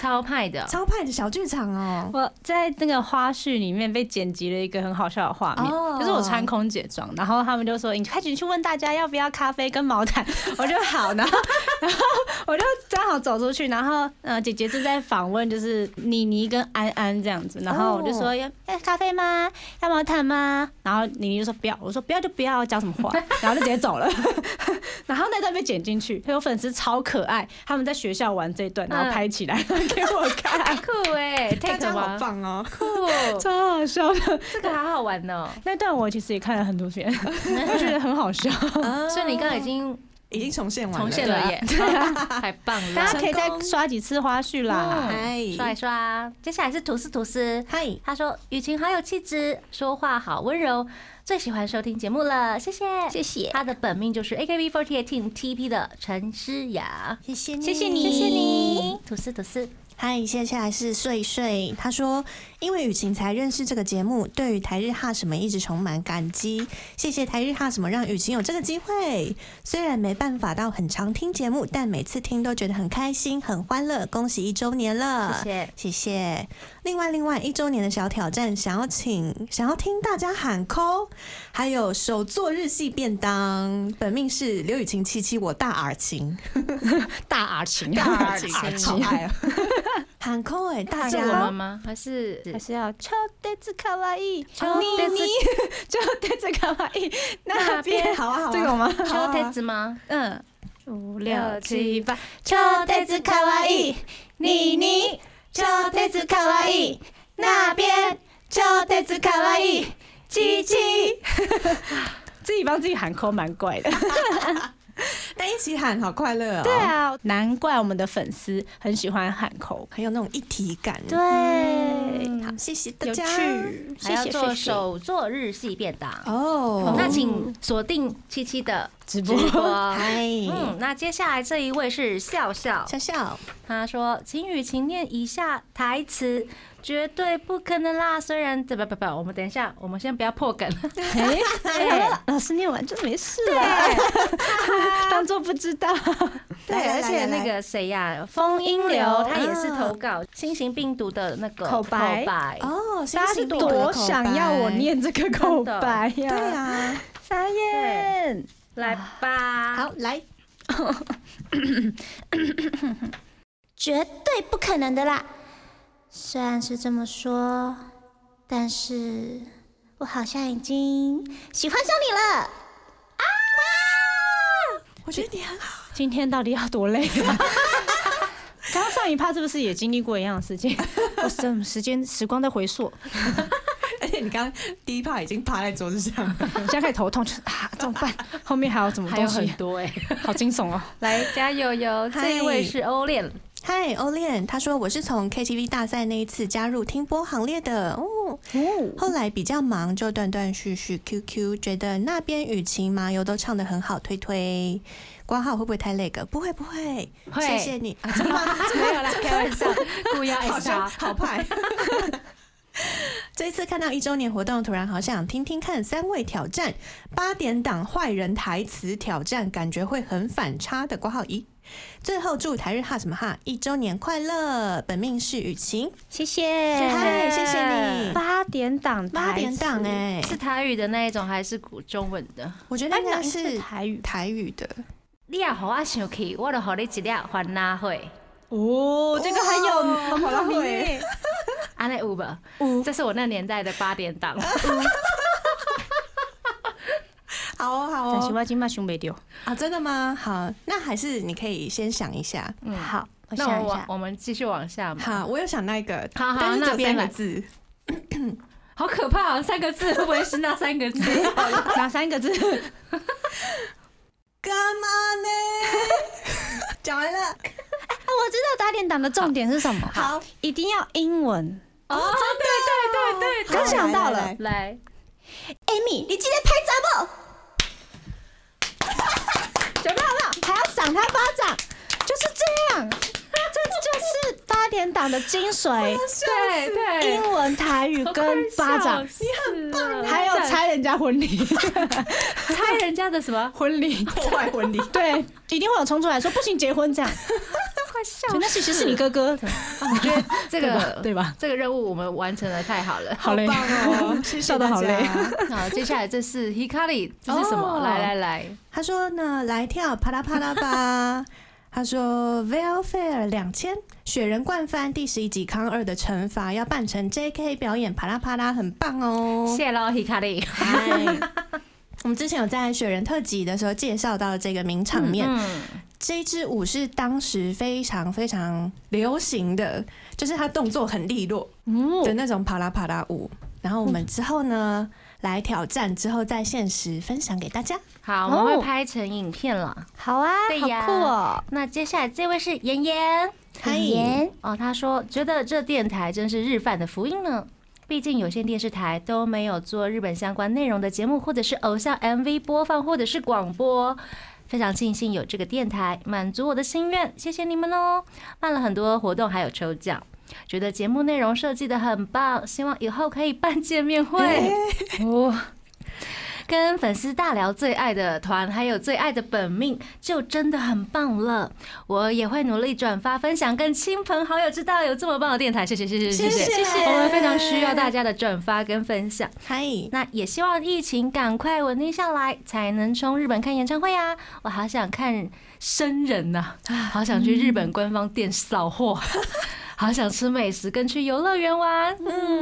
Speaker 2: 超派的哦，
Speaker 3: 超派的小剧场哦。”
Speaker 4: 我在那个花絮里面被剪辑了一个很好笑的画面
Speaker 3: 哦
Speaker 4: 就是我穿空姐装，然后他们就说你快点去问大家要不要咖啡跟毛毯， 我就好，然后然后我就刚好走出去，然后呃姐姐正在访问就是妮妮跟安安这样子，然后我就说要、要咖啡吗？要毛毯吗？然后妮妮就说不要，我说不要就不要，讲什么话？ 然后就直接走了，然后那段被剪进去，有粉丝超可爱，他们在学校玩这一段，然后拍起来给我 看。
Speaker 2: 酷哎
Speaker 3: 大家
Speaker 2: ，take
Speaker 3: 好
Speaker 2: 吗？
Speaker 3: 棒哦！
Speaker 2: 酷，
Speaker 4: 超好笑的。
Speaker 2: 这个好好玩哦。
Speaker 4: 那段我其实也看了很多 遍，我觉得很好笑。
Speaker 2: 所以你刚刚已经
Speaker 3: 啊已经重现完了，
Speaker 2: 重现嗯了耶，啊 太棒
Speaker 4: 大
Speaker 2: 了！
Speaker 4: 家可以再刷几次花絮
Speaker 2: 嗯
Speaker 4: 啦。
Speaker 3: 啊嗨
Speaker 2: 刷一刷，接下来是吐司吐司，
Speaker 3: 嗨，
Speaker 2: 他说雨晴好有气质，说话好温柔，最喜欢收听节目了，谢谢
Speaker 5: 谢谢
Speaker 2: 他的本命就是 AKB48 Team TP 的陈诗雅，
Speaker 3: 谢谢你，
Speaker 2: 嗯谢谢你，谢谢你，吐司吐司，
Speaker 3: 嗨，接下来是睡睡，他说因为雨晴才认识这个节目，对于台日哈什么一直充满感激，谢谢台日哈什么让雨晴有这个机会。虽然没办法到很常听节目，但每次听都觉得很开心、很欢乐。恭喜一周年了！
Speaker 2: 谢谢。
Speaker 3: 谢谢。另外，另外一周年的小挑战，想要请想要听大家喊 call，还有手做日系便当，本命是刘雨晴七七，我大 R 晴，
Speaker 4: 大 R 情，
Speaker 3: R 晴，好爱啊！喊 call 哎、大
Speaker 2: 是
Speaker 3: 家
Speaker 2: 我们吗？还是
Speaker 4: 还是要超得子卡哇伊，
Speaker 2: 超
Speaker 4: 你
Speaker 2: 得
Speaker 4: 你
Speaker 2: 子
Speaker 4: 超得子卡哇伊
Speaker 3: 那
Speaker 4: 那
Speaker 3: 边
Speaker 4: 边
Speaker 3: 好啊好啊，
Speaker 4: 这个吗？
Speaker 2: 秋太子吗？
Speaker 4: 嗯，五六七八，
Speaker 5: 超得子卡哇伊，妮妮，超得子卡哇伊，那边超得子卡哇伊，
Speaker 4: 七七。自己帮自己喊扣蛮怪的，
Speaker 3: 但一起喊好快乐哦，
Speaker 4: 对，啊，难怪我们的粉丝很喜欢喊扣。
Speaker 3: 很有那种一体感。嗯
Speaker 4: 对，
Speaker 3: 好，谢谢大
Speaker 4: 有
Speaker 3: 家。
Speaker 4: 趣，
Speaker 2: 还
Speaker 4: 谢
Speaker 2: 要
Speaker 4: 谢
Speaker 2: 做
Speaker 4: 谢谢。
Speaker 2: 手做日系便当。
Speaker 3: 哦，
Speaker 2: 那请锁定七七的
Speaker 4: 直
Speaker 2: 直
Speaker 4: 播
Speaker 2: 播。
Speaker 3: 嗨，
Speaker 2: 嗯，那接下来这一位是笑笑，
Speaker 3: 笑笑，
Speaker 2: 他说：“请雨晴念以下台词，绝对不可能啦！虽然这不不不，我们等一下，我们先不要破梗。
Speaker 4: 哎，哎老师念完就没事啊了， 当做不知道。
Speaker 3: 来
Speaker 2: 对，
Speaker 3: 来
Speaker 2: 而
Speaker 3: 来
Speaker 2: 且
Speaker 3: 来
Speaker 2: 那个谁呀，风英流，嗯他也是投稿新型病毒的那个
Speaker 4: 口白
Speaker 3: 哦，星
Speaker 4: 大家
Speaker 3: 星
Speaker 4: 是
Speaker 3: 朵的
Speaker 4: 多
Speaker 3: 口白
Speaker 4: 想要我？念这个口白呀？
Speaker 3: 对，啊，
Speaker 4: 沙燕，
Speaker 2: 来吧，
Speaker 3: 好， 来，
Speaker 5: 绝对不可能的啦！虽然是这么说，
Speaker 1: 但是我好像已经喜欢上你了。啊
Speaker 3: 我觉得你很好，
Speaker 4: 今天到底要多累、啊？ 刚刚上一趴是不是也经历过一样的事情？我什么时间时光在回溯，
Speaker 3: 而且你刚刚第一趴已经趴在桌子上了，
Speaker 4: 现在开始头痛，就是啊怎么办？后面还有什么
Speaker 2: 还有
Speaker 4: 东
Speaker 2: 很
Speaker 4: 西？
Speaker 2: 多哎、
Speaker 4: 好惊悚哦！
Speaker 2: 来加油哟！
Speaker 3: 嗨
Speaker 2: 这一位是欧恋，
Speaker 3: 嗨，欧恋，他说我是从 KTV 大赛那一次加入听播行列的哦，后来比较忙就断断续续 QQ，觉得那边雨晴麻油都唱得很好，推推。挂号会不会太累个？不会不会，
Speaker 2: 会
Speaker 3: 谢谢你啊！真的吗？真的
Speaker 2: 没有啦，开玩笑，故意要
Speaker 3: 好
Speaker 2: S
Speaker 3: 像
Speaker 2: R，
Speaker 3: 好派。 这一次看到一周年活动，突然好想听听看三位挑战八点档坏人台词挑战，感觉会很反差的。挂号一，最后祝台日哈什么哈一周年快乐！本命是雨晴，
Speaker 5: 谢谢。
Speaker 3: 嗨，谢谢你。
Speaker 4: 八点档，
Speaker 3: 八点档，哎、
Speaker 2: 是台语的那一种还是古中文的？
Speaker 3: 我觉得
Speaker 4: 八
Speaker 3: 应
Speaker 4: 点
Speaker 3: 该
Speaker 4: 档
Speaker 2: 哎
Speaker 4: 是
Speaker 3: 是
Speaker 4: 台语
Speaker 3: 台语的，
Speaker 2: 你也好我啊想起，我就好你一粒还哪会，
Speaker 4: 哦，这个很有好浪费，
Speaker 2: 安内有无？这是我那年代的八点档。
Speaker 3: 好哦好
Speaker 4: 但是
Speaker 3: 哦
Speaker 4: 我今麦熊没丢，
Speaker 3: 啊，真的吗？好，那还是你可以先想一下。
Speaker 1: 嗯
Speaker 5: 好，我
Speaker 2: 那我
Speaker 5: 想一
Speaker 2: 们往
Speaker 5: 下，
Speaker 2: 我们继续往下嘛。
Speaker 3: 好，我有想那个，
Speaker 2: 好好
Speaker 3: 但是只有
Speaker 2: 那边
Speaker 3: 三个
Speaker 2: 来
Speaker 3: 字，
Speaker 2: 好可怕啊！三个字会不会是那三个字？
Speaker 4: 哪三 个字？
Speaker 3: 干嘛呢？ 讲完了，
Speaker 4: 啊，我知道八点档的重点是什么，
Speaker 3: 好，
Speaker 4: 一定要英文。
Speaker 2: 哦，对对对对，
Speaker 3: 好
Speaker 4: 刚想到了，
Speaker 3: 来来来
Speaker 2: 来，
Speaker 5: Amy，你今天
Speaker 4: 准备好不好？还要赏他巴掌，就是这样，这就是八点档的精髓，
Speaker 2: 对对，
Speaker 4: 英文、台语跟巴掌，
Speaker 2: 你很棒啊
Speaker 4: 还有 猜人家婚礼，
Speaker 2: 猜人家的什么？
Speaker 4: 婚礼
Speaker 3: 破坏婚礼。
Speaker 4: 对，一定会有冲出来说不行结婚这样，
Speaker 2: 快笑
Speaker 4: 所以那其实是你哥哥，
Speaker 2: 我觉得这个
Speaker 4: 吧对吧？
Speaker 2: 这个任务我们完成的太好 了。
Speaker 4: 好嘞，
Speaker 3: 棒哦，谢谢
Speaker 4: 笑得好
Speaker 3: 大家
Speaker 4: 累。
Speaker 2: 好，接下来这是 Hikari，这是什么？
Speaker 3: 哦
Speaker 2: 来来来，
Speaker 3: 他说呢，来跳啪啦啪啦吧。 他说 v e l f a r e 两千雪人冠番第十一集康二的惩罚要扮成 J.K. 表演啪啦啪啦，很棒哦。
Speaker 2: 谢喽 Hikari。
Speaker 3: 嗨， 我们之前有在雪人特辑的时候介绍到这个名场面，
Speaker 2: 嗯，
Speaker 3: 这一支舞是当时非常非常流行的，就是它动作很利落
Speaker 4: 嗯
Speaker 3: 的那种啪啦啪啦舞。然后我们之后呢，来挑战之后在现实分享给大家。
Speaker 2: 好，我们会拍成影片了。
Speaker 3: 哦
Speaker 5: 好啊，
Speaker 2: 对呀
Speaker 5: 好酷哦，
Speaker 2: 那接下来这位是妍妍。
Speaker 3: 嗨，
Speaker 5: 妍，
Speaker 2: 哦，他说觉得这电台真是日饭的福音呢。毕竟有线电视台都没有做日本相关内容的节目，或者是偶像 MV 播放，或者是广播。非常庆幸有这个电台，满足我的心愿，谢谢你们哦！办了很多活动，还有抽奖，觉得节目内容设计的很棒，希望以后可以办见面会哦。跟粉丝大聊最爱的团，还有最爱的本命，就真的很棒了。我也会努力转发分享，跟亲朋好友知道有这么棒的电台，谢谢谢谢谢谢
Speaker 3: 谢谢
Speaker 2: 我们非常需要大家的转发跟分享。
Speaker 3: 嗨，
Speaker 2: 那也希望疫情赶快稳定下来，才能冲日本看演唱会啊！我好想看生人呐、好想去日本官方店扫货， 好想吃美食，跟去游乐园玩，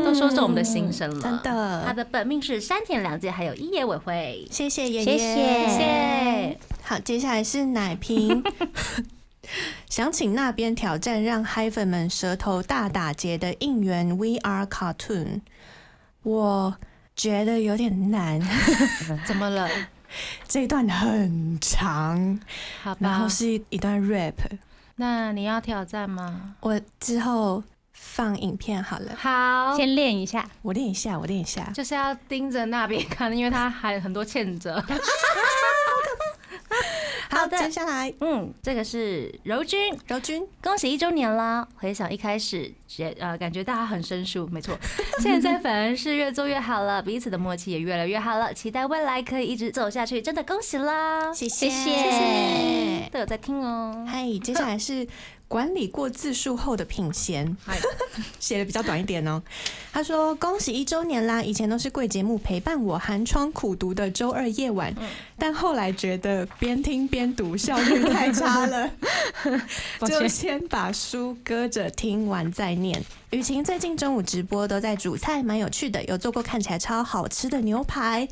Speaker 2: 都说中我们的心声了。
Speaker 3: 真，
Speaker 2: 他
Speaker 3: 的，
Speaker 2: 嗯的本命是山田凉介，还有一野委会。
Speaker 3: 谢谢爷
Speaker 5: 谢
Speaker 3: 爷，
Speaker 5: 谢
Speaker 2: 谢谢，
Speaker 3: 好，接下来是奶瓶。 想请那边挑战让嗨粉们舌头大打结的应援 VR cartoon，我觉得有点难，
Speaker 2: 怎么了？
Speaker 3: 这一段很长，
Speaker 2: 好
Speaker 3: 然
Speaker 2: 吧
Speaker 3: 后，是一段 rap，
Speaker 2: 那你要挑战吗？
Speaker 3: 我之后放影片好了，
Speaker 2: 好，
Speaker 5: 先练一下，
Speaker 3: 我练一下，我练一下。
Speaker 2: 就是要盯着那边看，因为他还有很多欠着。
Speaker 3: 好，
Speaker 2: 好的
Speaker 3: 接下来
Speaker 2: 嗯，这个是柔君，
Speaker 3: 柔君，
Speaker 2: 恭喜一周年啦！回想一开始，觉呃感觉大家很生疏，没 错，现在反而是越做越好了，彼此的默契也越来越好了，期待未来可以一直走下去，真的恭喜啦！
Speaker 3: 谢
Speaker 5: 谢
Speaker 3: 谢谢。
Speaker 2: 都有在听哦。
Speaker 3: 嗨，接下来是管理过字数后的品衔
Speaker 4: 哎，
Speaker 3: 写的比较短一点哦。他说：“恭喜一周年啦！以前都是贵节目陪伴我寒窗苦读的周二夜晚，但后来觉得边听边读效率太差了，
Speaker 4: 抱
Speaker 3: 就
Speaker 4: 歉
Speaker 3: 先把书搁着听完再念。”雨晴最近中午直播都在煮菜，蛮有趣的，有做过看起来超好吃的牛排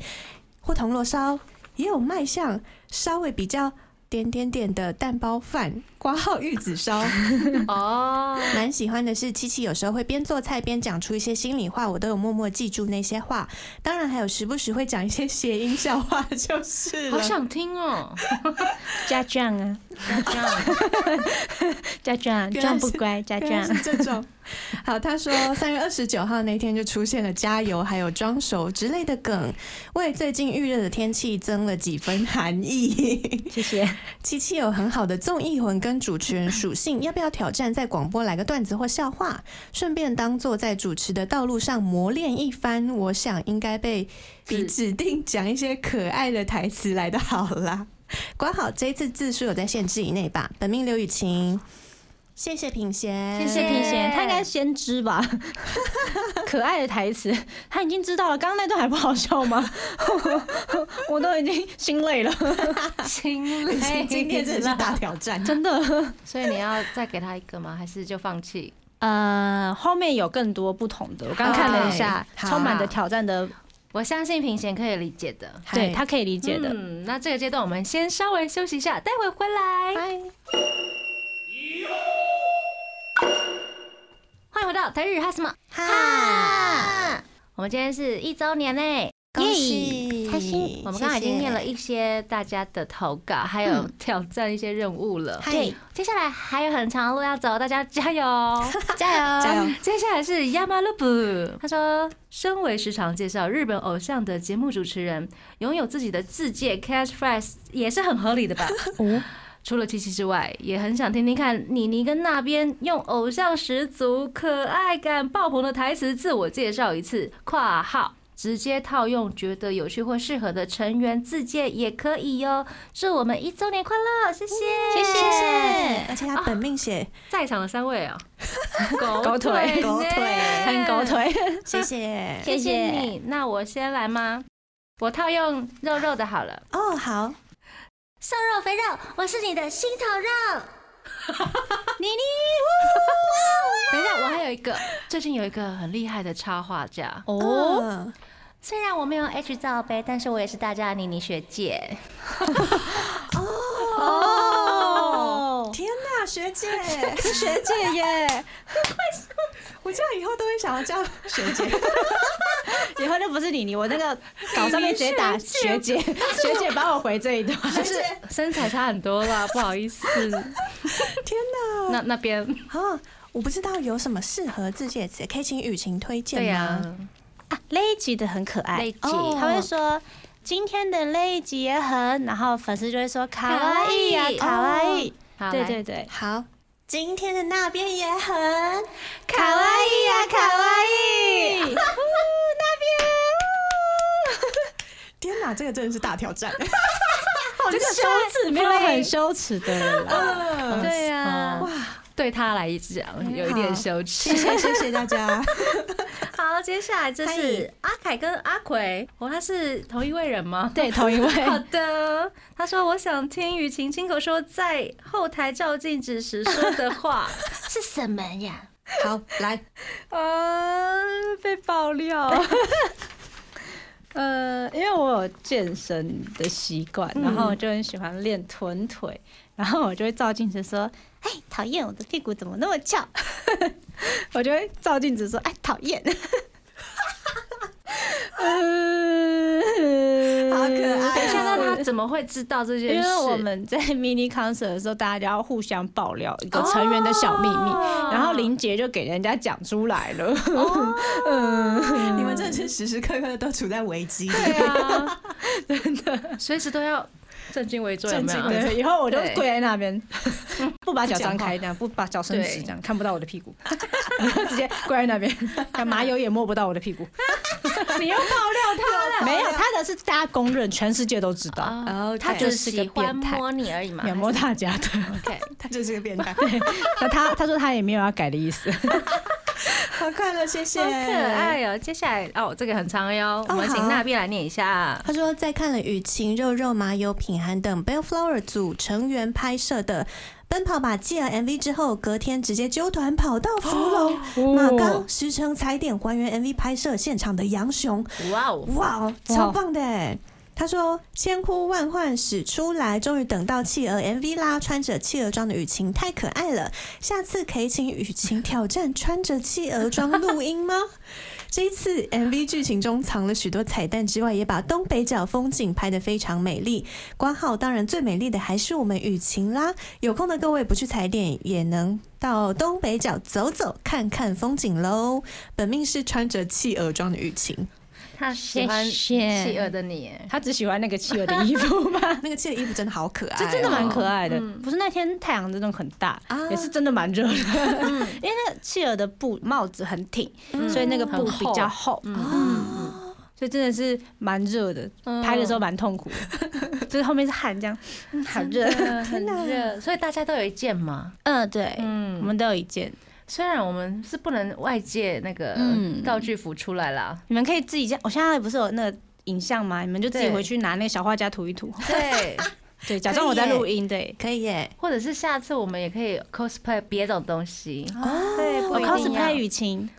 Speaker 3: 或铜锣烧，也有卖相稍微比较。点点点的蛋包饭，挂号玉子 烧，
Speaker 2: 哦，
Speaker 3: 蛮喜欢的是，七七有时候会边做菜边讲出一些心里话，我都有默默记住那些话。当然，还有时不时会讲一些谐音笑话，就是
Speaker 2: 好
Speaker 3: 了。
Speaker 2: 想听 哦。
Speaker 5: 加酱啊，加酱，加酱，
Speaker 3: 原来
Speaker 5: 酱不
Speaker 3: 是
Speaker 5: 乖，加
Speaker 3: 原来
Speaker 5: 酱
Speaker 3: 是。这种。 好，他说三月二十九号那天就出现了加油，还有装熟之类的梗，为最近预热的天气增了几分寒意。
Speaker 5: 谢谢。
Speaker 3: 七七有很好的综艺魂跟主持人属性，要不要挑战在广播来个段子或笑话，顺便当做在主持的道路上磨练一番？我想应该被比指定讲一些可爱的台词来的好啦。 管好这一次字数有在限制以内吧。本命刘雨晴，谢谢品贤，
Speaker 4: 谢谢平贤，他应该先知吧？ 可爱的台词，他已经知道了。刚刚那段还不好笑吗？ 我都已经心累了，
Speaker 2: 心
Speaker 3: 雨晴今天真的是大挑 战，
Speaker 4: 真的。
Speaker 2: 所以你要再给他一个吗？还是就放弃？
Speaker 4: 呃，后面有更多不同的，我刚看了一下，
Speaker 3: Okay，好
Speaker 4: 充满着挑战的，
Speaker 2: 我相信平贤可以理解的。
Speaker 4: 对
Speaker 3: 嗨
Speaker 4: 他可以理解的。
Speaker 2: 嗯，那这个阶段我们先稍微休息一下，待会回来。欢迎回到台日哈什么哈？我们今天是一周年嘞，
Speaker 3: 恭喜，
Speaker 2: 开心！我们刚才已经念了一些大家的投稿，还有挑战一些任务了。
Speaker 3: 嗨
Speaker 2: 对，接下来还有很长的路要走，大家加油！
Speaker 5: 加油！
Speaker 3: 加油！
Speaker 2: 接下来是 Yamalubu，他说，身为时常介绍日本偶像的节目主持人，拥有自己的自介 catchphrase 也是很合理的吧？除了七七之外，也很想听听看妮妮跟那边用偶像十足、可爱感爆棚的台词自我介绍一次。（括号）直接套用觉得有趣或适合的成员自介也可以哟。祝我们一周年快乐，谢谢，谢谢
Speaker 3: 而且他本命 写
Speaker 2: 在场的三位啊，
Speaker 4: 狗 腿
Speaker 3: 狗
Speaker 2: 呢
Speaker 3: 腿
Speaker 4: 很狗。腿，
Speaker 3: 谢谢
Speaker 2: 谢谢你。那我先来吗？我套用肉肉的好了。
Speaker 3: 哦，好，
Speaker 1: 瘦肉肥肉，我是你的心头肉。
Speaker 2: 等一下，我还有一个， 最近有一个很厉害的插画家。
Speaker 4: 哦，
Speaker 3: 嗯
Speaker 2: 虽然我没有 H 罩杯，但是我也是大家的妮妮学姐。
Speaker 4: 哦，
Speaker 3: 天哪，学 姐，
Speaker 4: 是学姐耶，
Speaker 3: 我这样以后都会想要叫学姐。
Speaker 4: 以后就不是你你，我那个稿上面直接打学姐，学姐帮我回这一段，
Speaker 2: 就是身材差很多 啦，不好意思。
Speaker 3: 天哪，
Speaker 2: 那那边
Speaker 3: 啊，我不知道有什么适合自己的词，可以请雨晴推荐
Speaker 2: 对呀
Speaker 3: 吗？，
Speaker 5: 啊，Lady 的很可爱
Speaker 2: 累，积
Speaker 3: 哦
Speaker 5: 他会说。今天的 Lady 也很，然后粉丝就会说卡哇伊呀，卡哇伊，哦
Speaker 2: 好
Speaker 5: 对
Speaker 2: 来
Speaker 5: 对对，
Speaker 3: 好，今天的那边也很
Speaker 5: 卡哇伊呀，卡哇伊，
Speaker 3: 天哪，这个真的是大挑 战。
Speaker 4: 这个羞耻没有很羞耻的
Speaker 5: 啊
Speaker 4: 啦，
Speaker 3: 嗯
Speaker 2: 对呀，
Speaker 3: 哇，
Speaker 2: 嗯对他来讲有一点羞耻
Speaker 3: 谢。谢谢谢大家。
Speaker 2: 好， 接下来这是阿凯跟阿奎，哦，他是同一位人吗？
Speaker 4: 对，同一位，
Speaker 2: 好的，他说我想听雨晴亲口说在后台照镜子时说的 话。
Speaker 1: 是什么呀？
Speaker 3: 好，来，
Speaker 4: 啊，
Speaker 2: 呃
Speaker 4: 被爆料。 呃，因为我有健身的习惯，
Speaker 3: 嗯
Speaker 4: 然后我就很喜欢练臀腿，然后我就会照镜子说：“哎，讨厌，我的屁股怎么那么翘？” 我就会照镜子说：“哎，讨厌。 嗯”
Speaker 3: 好可 爱哦
Speaker 2: 等一下，那他怎么会知道这件
Speaker 4: 因
Speaker 2: 事？
Speaker 4: 为我们在 mini concert 的时候，大家要互相爆料一个成员的小秘密，
Speaker 3: 哦
Speaker 4: 然后林杰就给人家讲出来了。
Speaker 3: 你们真的是时时刻刻都处在危机里。
Speaker 2: 对啊， 真的随时都要正襟危坐，有
Speaker 4: 震
Speaker 2: 没
Speaker 4: 惊
Speaker 2: 有？啊
Speaker 4: 对，以后我就
Speaker 2: 对
Speaker 4: 跪在那边，不把脚张
Speaker 3: 不讲
Speaker 4: 开，这样不把脚伸直，
Speaker 2: 对
Speaker 4: 这样 看不到我的屁股，直接跪在那边，麻油也摸不到我的屁股。
Speaker 2: 你又爆料他了，
Speaker 4: 没有，他的是大家公认，全世界都知道，
Speaker 2: 啊
Speaker 3: 然后
Speaker 2: 他
Speaker 4: 就
Speaker 2: 只
Speaker 4: 是
Speaker 2: 是
Speaker 4: 个
Speaker 2: 喜欢
Speaker 4: 变态
Speaker 2: 摸你而已嘛，
Speaker 4: 秒摸大家的。
Speaker 2: OK，
Speaker 3: 他就是个变态，
Speaker 4: 那他他说他也没有要改的意思。
Speaker 3: 好快乐，谢谢，
Speaker 2: 好可爱哦。接下来哦，这个很长哟，我们请
Speaker 3: 好
Speaker 2: 娜碧来念一下。
Speaker 3: 他说，在看了雨晴、肉肉、麻油、品涵等 Bellflower 组成员拍摄的《奔跑吧妻儿》MV 之后，隔天直接揪团跑到芙蓉、马
Speaker 4: 哦
Speaker 3: 冈、石城踩点还原 MV 拍摄现场的杨雄，
Speaker 2: 哇哦，
Speaker 3: 哇，超棒的哎！他说：“千呼万唤始出来，终于等到企鹅 MV 啦！穿着企鹅装的雨晴太可爱了，下次可以请雨晴挑战穿着企鹅装录音吗？”这一次 MV 剧情中藏了许多彩蛋之外，也把东北角风景拍得非常美丽。光浩当然最美丽的还是我们雨晴啦！有空的各位不去踩点，也能到东北角走走看看风景喽。本命是穿着企鹅装的雨晴。？
Speaker 2: 他喜欢
Speaker 5: 谢谢
Speaker 2: 企鹅的你耶，
Speaker 4: 他只喜欢那个企鹅的衣服吧
Speaker 3: 那个气的衣服真的好可爱、哦
Speaker 4: 这真的蛮可
Speaker 3: 爱。
Speaker 4: 爱的，不是那天太阳真的很大，
Speaker 3: 啊
Speaker 4: 也是真的蛮热的， 因为那个企鹅的布帽子很挺，所以那个布比较厚，
Speaker 3: 嗯，
Speaker 4: 所以真的是蛮热的，拍的时候蛮痛苦的，就是后面是汗这样，嗯好热。
Speaker 2: 嗯很热，所以大家都有一件嘛。
Speaker 4: 嗯，对，我
Speaker 2: 嗯，
Speaker 4: 们都有一件，
Speaker 2: 虽然我们是不能外界那个
Speaker 4: 嗯
Speaker 2: 道具服出来啦，
Speaker 4: 你们可以自己这样。我现在不是有那个影像吗？你们就自己
Speaker 2: 对
Speaker 4: 回去拿那个小画家涂一涂，
Speaker 2: 对，
Speaker 4: 对，假装我在录音，对。
Speaker 3: 可以耶。
Speaker 2: 或者是下次我们也可以 cosplay 别种东西，
Speaker 3: 哦对，
Speaker 4: 我
Speaker 2: 我
Speaker 4: cosplay 雨晴，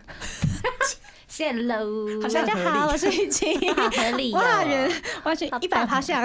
Speaker 2: 谢喽，
Speaker 4: 大家好，我是雨晴。
Speaker 2: 好合理哦
Speaker 4: 哇，原完全
Speaker 2: 好棒
Speaker 4: 一百趴像。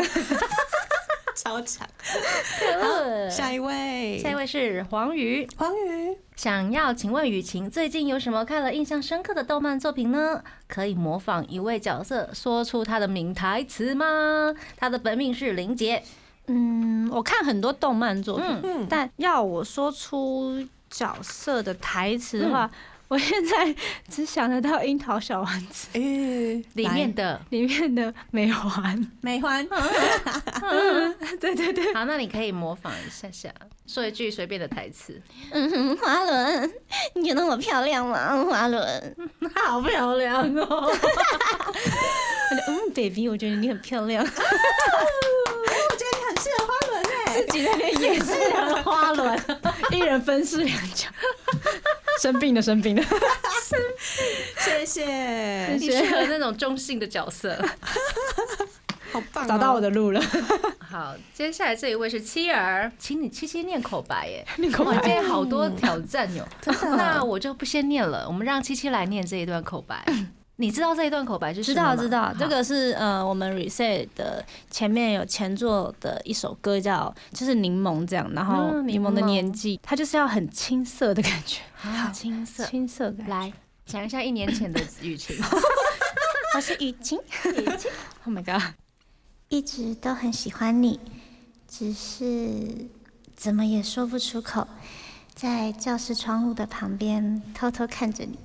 Speaker 3: 超长。
Speaker 2: 好
Speaker 3: 下一位，
Speaker 2: 下一
Speaker 3: 位，
Speaker 2: 位是黄宇，
Speaker 3: 黄宇。
Speaker 2: 想要请问雨晴最近有什么看了印象深刻的动漫作品呢？可以模仿一位角色说出他的名台词吗？他的本命是林杰，
Speaker 4: 嗯，我看很多动漫作品，
Speaker 3: 嗯，
Speaker 4: 但要我说出角色的台词的话，我现在只想得到《樱桃小丸子
Speaker 3: 玉
Speaker 2: 里面的》
Speaker 4: 里面的美环。
Speaker 3: 美环，哦
Speaker 4: 对对对，
Speaker 2: 好，那你可以模仿一下下，说一句随便的台词。
Speaker 5: 嗯哼，华伦，你觉得我漂亮吗？嗯华伦，
Speaker 2: 好漂亮哦！
Speaker 4: 我就嗯，baby，我觉得你很漂 亮，
Speaker 3: 我觉得你很适合花轮哎。
Speaker 4: 自己在那边演饰两花轮， 一人分饰两角。 生病的，生病的，
Speaker 3: 谢谢，
Speaker 2: 你适合那种中性的角色。
Speaker 3: 好棒哦！
Speaker 4: 找到我的路 了。
Speaker 2: 好，接下来这一位是妻儿，请你七七 念口白耶。
Speaker 4: 你给我
Speaker 2: 哇，今
Speaker 4: 来
Speaker 2: 天好多挑战 哟、那我就不先念了，我们让七七来念这一段口 白。你知道这一段口白是
Speaker 4: 知
Speaker 2: 什么
Speaker 4: 道
Speaker 2: 吗
Speaker 4: 知道，这
Speaker 2: 好
Speaker 4: 个是呃，我们 reset 的前面有前作的一首歌叫就是柠檬这样，然后
Speaker 2: 嗯
Speaker 4: 啊柠檬的
Speaker 2: 柠檬
Speaker 4: 年纪，它就是要很青涩的感觉，
Speaker 2: 好青涩。
Speaker 4: 青涩感。
Speaker 2: 来想一下一年前的雨 晴，
Speaker 5: 我是雨晴，
Speaker 4: Oh my god！
Speaker 5: 一直都很喜欢你，只是怎么也说不出口。在教室窗户的旁边偷偷看着你，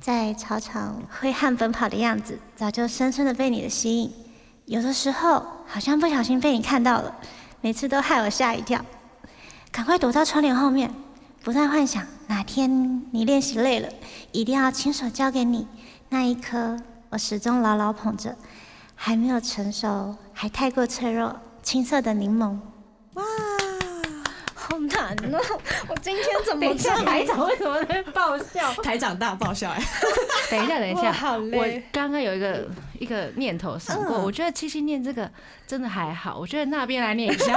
Speaker 5: 在操场挥汗奔跑的样子，早就深深的被你的吸引。有的时候好像不小心被你看到了，每次都害我吓一跳，赶快躲到窗帘后面，不断幻想哪天你练习累了，一定要亲手交给你。那一刻，我始终牢牢捧着，还没有成熟，还太过脆弱，青涩的柠檬。
Speaker 3: 哇，
Speaker 5: 好难哦！我今天怎
Speaker 2: 等一下台长为什么在爆笑？
Speaker 3: 哦台长大爆笑 哎，
Speaker 2: 等一下，等一下，
Speaker 4: 哇好累
Speaker 2: 我刚刚有一个一个念头闪过，
Speaker 3: 嗯
Speaker 2: 我觉得七七念这个真的还好，我觉得那边来念一下，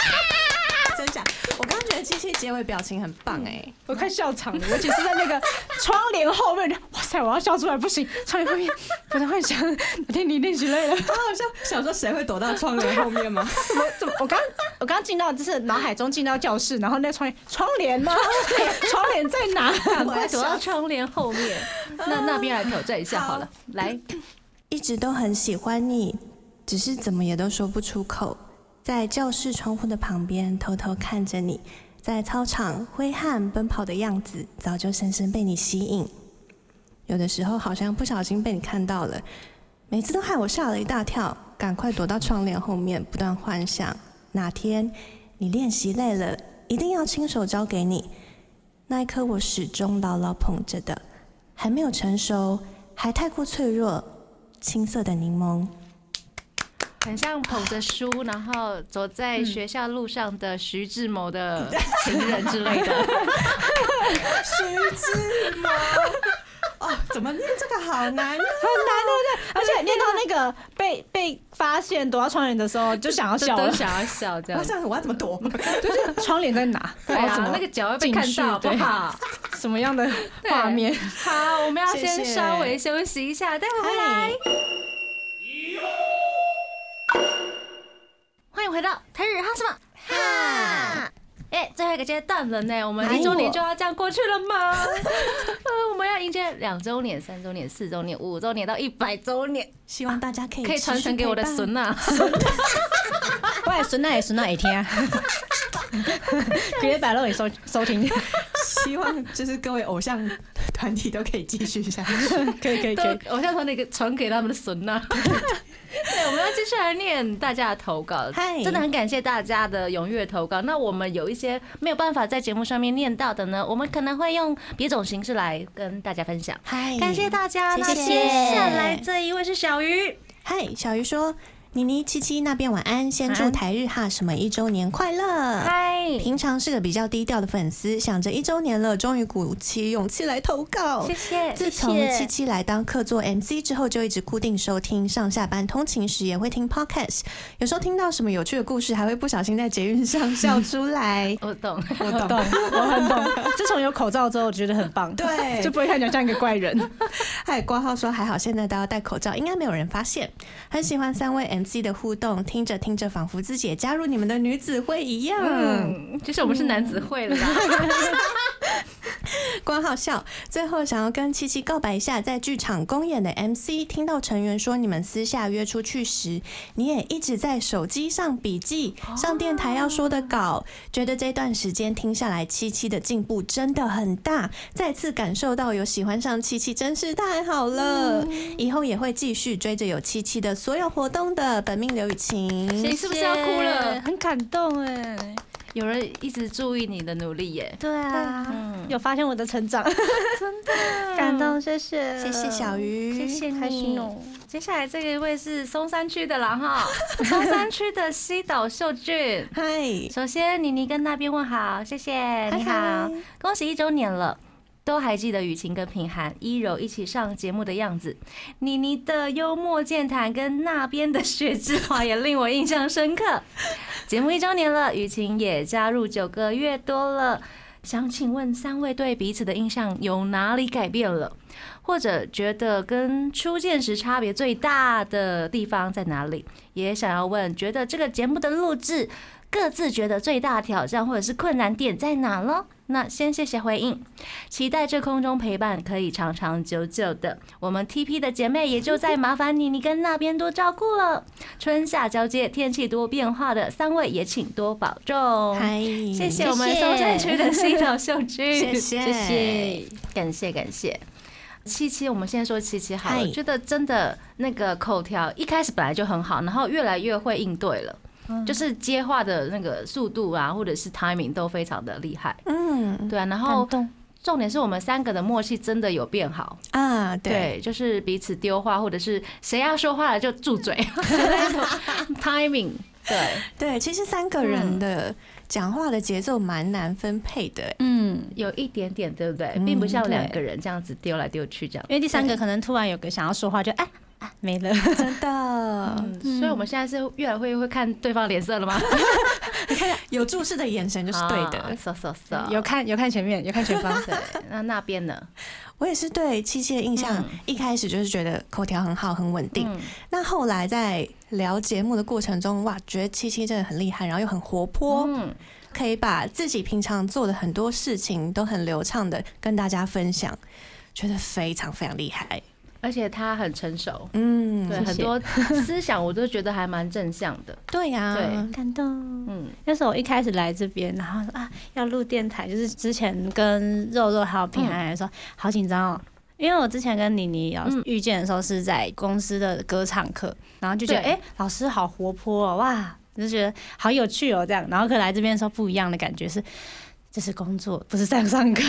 Speaker 3: 真假？我刚刚觉得七七结尾表情很棒哎，
Speaker 4: 我快笑场了，尤其是在那个窗帘后面，哇塞，我要笑出来不行，窗帘后面不太幻想，哪天你练习累了，
Speaker 3: 啊我好像想说谁会躲到窗帘后面吗？
Speaker 4: 怎么怎么？我刚我刚进到就是脑海中进到教室，然后那窗帘窗帘呢？窗帘在 哪？
Speaker 2: 赶快躲到窗帘后面。那那边来挑战一下好了，来，
Speaker 3: 一直都很喜欢你，只是怎么也都说不出口。在教室窗户的旁边偷偷看着你，在操场挥汗奔跑的样子，早就深深被你吸引。有的时候好像不小心被你看到了，每次都害我吓了一大跳，赶快躲到窗帘后面，不断幻想哪天你练习累了，一定要亲手交给你。那一刻我始终牢牢捧着的，还没有成熟，还太过脆弱，青涩的柠檬。
Speaker 2: 很像捧着书，然后走在学校路上的徐志摩的
Speaker 3: 嗯
Speaker 2: 情人之类 的。
Speaker 3: 哦，怎么念这个好难？啊
Speaker 4: 哦而且念到那个被被发现躲到窗帘的时候，就想要
Speaker 2: 就
Speaker 4: 笑
Speaker 2: 都
Speaker 3: 啊
Speaker 4: 了。
Speaker 2: 想要笑这样
Speaker 3: 我，想我要怎么躲？
Speaker 4: 就是 窗帘在哪？
Speaker 2: 对
Speaker 4: 然后怎
Speaker 2: 啊，
Speaker 4: 么
Speaker 2: 那个脚会被看到，好不
Speaker 4: 进去 对
Speaker 2: 好？
Speaker 4: 什么样的画面？
Speaker 2: 好，我们要
Speaker 3: 谢
Speaker 2: 先
Speaker 3: 谢
Speaker 2: 稍微休息一下，待会回来。欢迎回到台日哈什么哈。哎，最后一个阶段了呢，我们
Speaker 3: 哎
Speaker 2: 一周年就要这样过去了吗？ 呃，我们要迎接两周年、三周年、四周年、五周年到一百周年，
Speaker 3: 希望大家可以
Speaker 2: 可以传承给我的
Speaker 3: 哎持续陪伴
Speaker 2: 孙啊。
Speaker 4: 喂，孙奈孙奈也听，啊 别百乐也收收听，
Speaker 3: 希望就是各位偶像团体都可以继续 下去。
Speaker 4: 可以可以
Speaker 2: 都
Speaker 4: 可以。
Speaker 2: 偶像团体给传给他们的神 呐、对，我们要继续来念大家的投稿，
Speaker 3: 嗨
Speaker 2: 真的很感谢大家的踊跃投稿。那我们有一些没有办法在节目上面念到的呢，我们可能会用别种形式来跟大家分享。
Speaker 3: 嗨
Speaker 2: 感嗯谢大家，
Speaker 3: 谢
Speaker 2: 那
Speaker 3: 谢
Speaker 2: 接下来这一位是小鱼，
Speaker 3: 嗨，小鱼说，妮妮七七那边晚安，先祝台日哈什么一周年快乐。
Speaker 2: 嗨，
Speaker 3: 平常是个比较低调的粉丝，想着一周年了，终于鼓起勇气来投稿
Speaker 2: 谢。谢，。
Speaker 3: 自从七七来当客座 MC 之后，就一直固定收听，上下班通勤时也会听 podcast。有时候听到什么有趣的故事，还会不小心在捷运上笑出来
Speaker 2: 我懂，
Speaker 4: 我懂，我很 懂。自从有口罩之后，我觉得很棒，
Speaker 3: 对
Speaker 4: 就不会看起来像一个怪人。
Speaker 3: 还有挂号说还好现在都要戴口罩，应该没有人发现。很喜欢三位 MC 的互动，听着听着仿佛自己也加入你们的女子会一样。
Speaker 2: 嗯，就是我们是男子会了啦，
Speaker 3: 关好笑。最后想要跟七七告白一下，在剧场公演的 MC 听到成员说你们私下约出去时，你也一直在手机上笔记
Speaker 2: 哦
Speaker 3: 上电台要说的稿，觉得这段时间听下来，七七的进步真的很大，再次感受到有喜欢上七七真是太好了，
Speaker 2: 嗯
Speaker 3: 以后也会继续追着有七七的所有活动的。本命刘雨晴，
Speaker 2: 你是不是要哭了？
Speaker 4: 很感动哎，
Speaker 2: 有人一直注意你的努力耶，
Speaker 5: 对啊，
Speaker 2: 嗯，
Speaker 4: 有发现我的成长，
Speaker 5: 感动，谢谢，
Speaker 3: 谢谢小鱼，
Speaker 2: 谢谢你，
Speaker 5: 开心哦。
Speaker 2: 接下来这一位是松山区的了 哈，松山区的西岛秀俊。
Speaker 3: 嗨。
Speaker 2: 首先，妮妮跟那边问好，谢谢，哎你好
Speaker 3: 嗨，
Speaker 2: 恭喜一周年了。都还记得雨晴跟品涵、一柔一起上节目的样子，妮妮的幽默健谈跟那边的薛之华也令我印象深刻。节目一周年了，雨晴也加入九个月多了，想请问三位对彼此的印象有哪里改变了？或者觉得跟初见时差别最大的地方在哪里？也想要问，觉得这个节目的录制各自觉得最大的挑战或者是困难点在哪咯？那先谢谢回应，期待这空中陪伴可以长长久久的。我们 TP 的姐妹也就在麻烦你，你跟那边多照顾了。春夏交接，天气多变化的，三位也请多保重。
Speaker 3: 嗨，
Speaker 2: 谢嗯谢我们松山区的西岛秀君，
Speaker 3: 谢谢谢谢，
Speaker 2: 感谢感谢。七七，我们先说七七好了，
Speaker 3: 嗨
Speaker 2: 觉得真的那个口条一开始本来就很好，然后越来越会应对了，就是接话的那个速度啊，或者是 timing 都非常的厉害，
Speaker 3: 嗯
Speaker 2: 对啊，然后重点是我们三个的默契真的有变好，
Speaker 3: 啊，对，
Speaker 2: 对，就是彼此丢话或者是谁要说话了就住 嘴，timing，对，嗯
Speaker 3: 对，其实三个人的讲话的节奏蛮难分配的、欸
Speaker 4: 嗯。
Speaker 2: 有一点点，对不对？
Speaker 3: 嗯
Speaker 2: 并不像两
Speaker 4: 对
Speaker 2: 个人这样子丢来丢去这样。
Speaker 4: 因为第三个可能突然有个想要说话，就哎啊没了，
Speaker 3: 真的。
Speaker 2: 嗯，所以我们现在是越来越会看对方脸色了 吗？啊
Speaker 3: 有注视的眼神就是对的。
Speaker 2: ，so so so。
Speaker 4: 有看有看前面，有看前方，
Speaker 2: 对，嗯那那边呢？
Speaker 3: 我也是对七七的印象，一开始就是觉得口条很好，很稳定。
Speaker 2: 嗯
Speaker 3: 那后来在聊节目的过程中，哇，觉得七七真的很厉害，然后又很活泼，
Speaker 2: 嗯，
Speaker 3: 可以把自己平常做的很多事情都很流畅的跟大家分享，觉得非常非常厉害。
Speaker 2: 而且他很成熟，
Speaker 3: 嗯，
Speaker 2: 对很多思想我都觉得还蛮正向的。
Speaker 3: 对呀、
Speaker 2: 对
Speaker 5: 感动。
Speaker 2: 嗯，
Speaker 4: 那时候我一开始来这边，然后说啊要录电台，就是之前跟肉肉还有平安来说，好紧张哦。因为我之前跟妮妮有
Speaker 2: 嗯
Speaker 4: 遇见的时候是在公司的歌唱课，然后就觉得
Speaker 2: 对
Speaker 4: 哎、诶老师好活泼哦，哇，就觉得好有趣哦这样。然后可来这边的时候不一样的感觉是，
Speaker 7: 这是工作，不是在上课。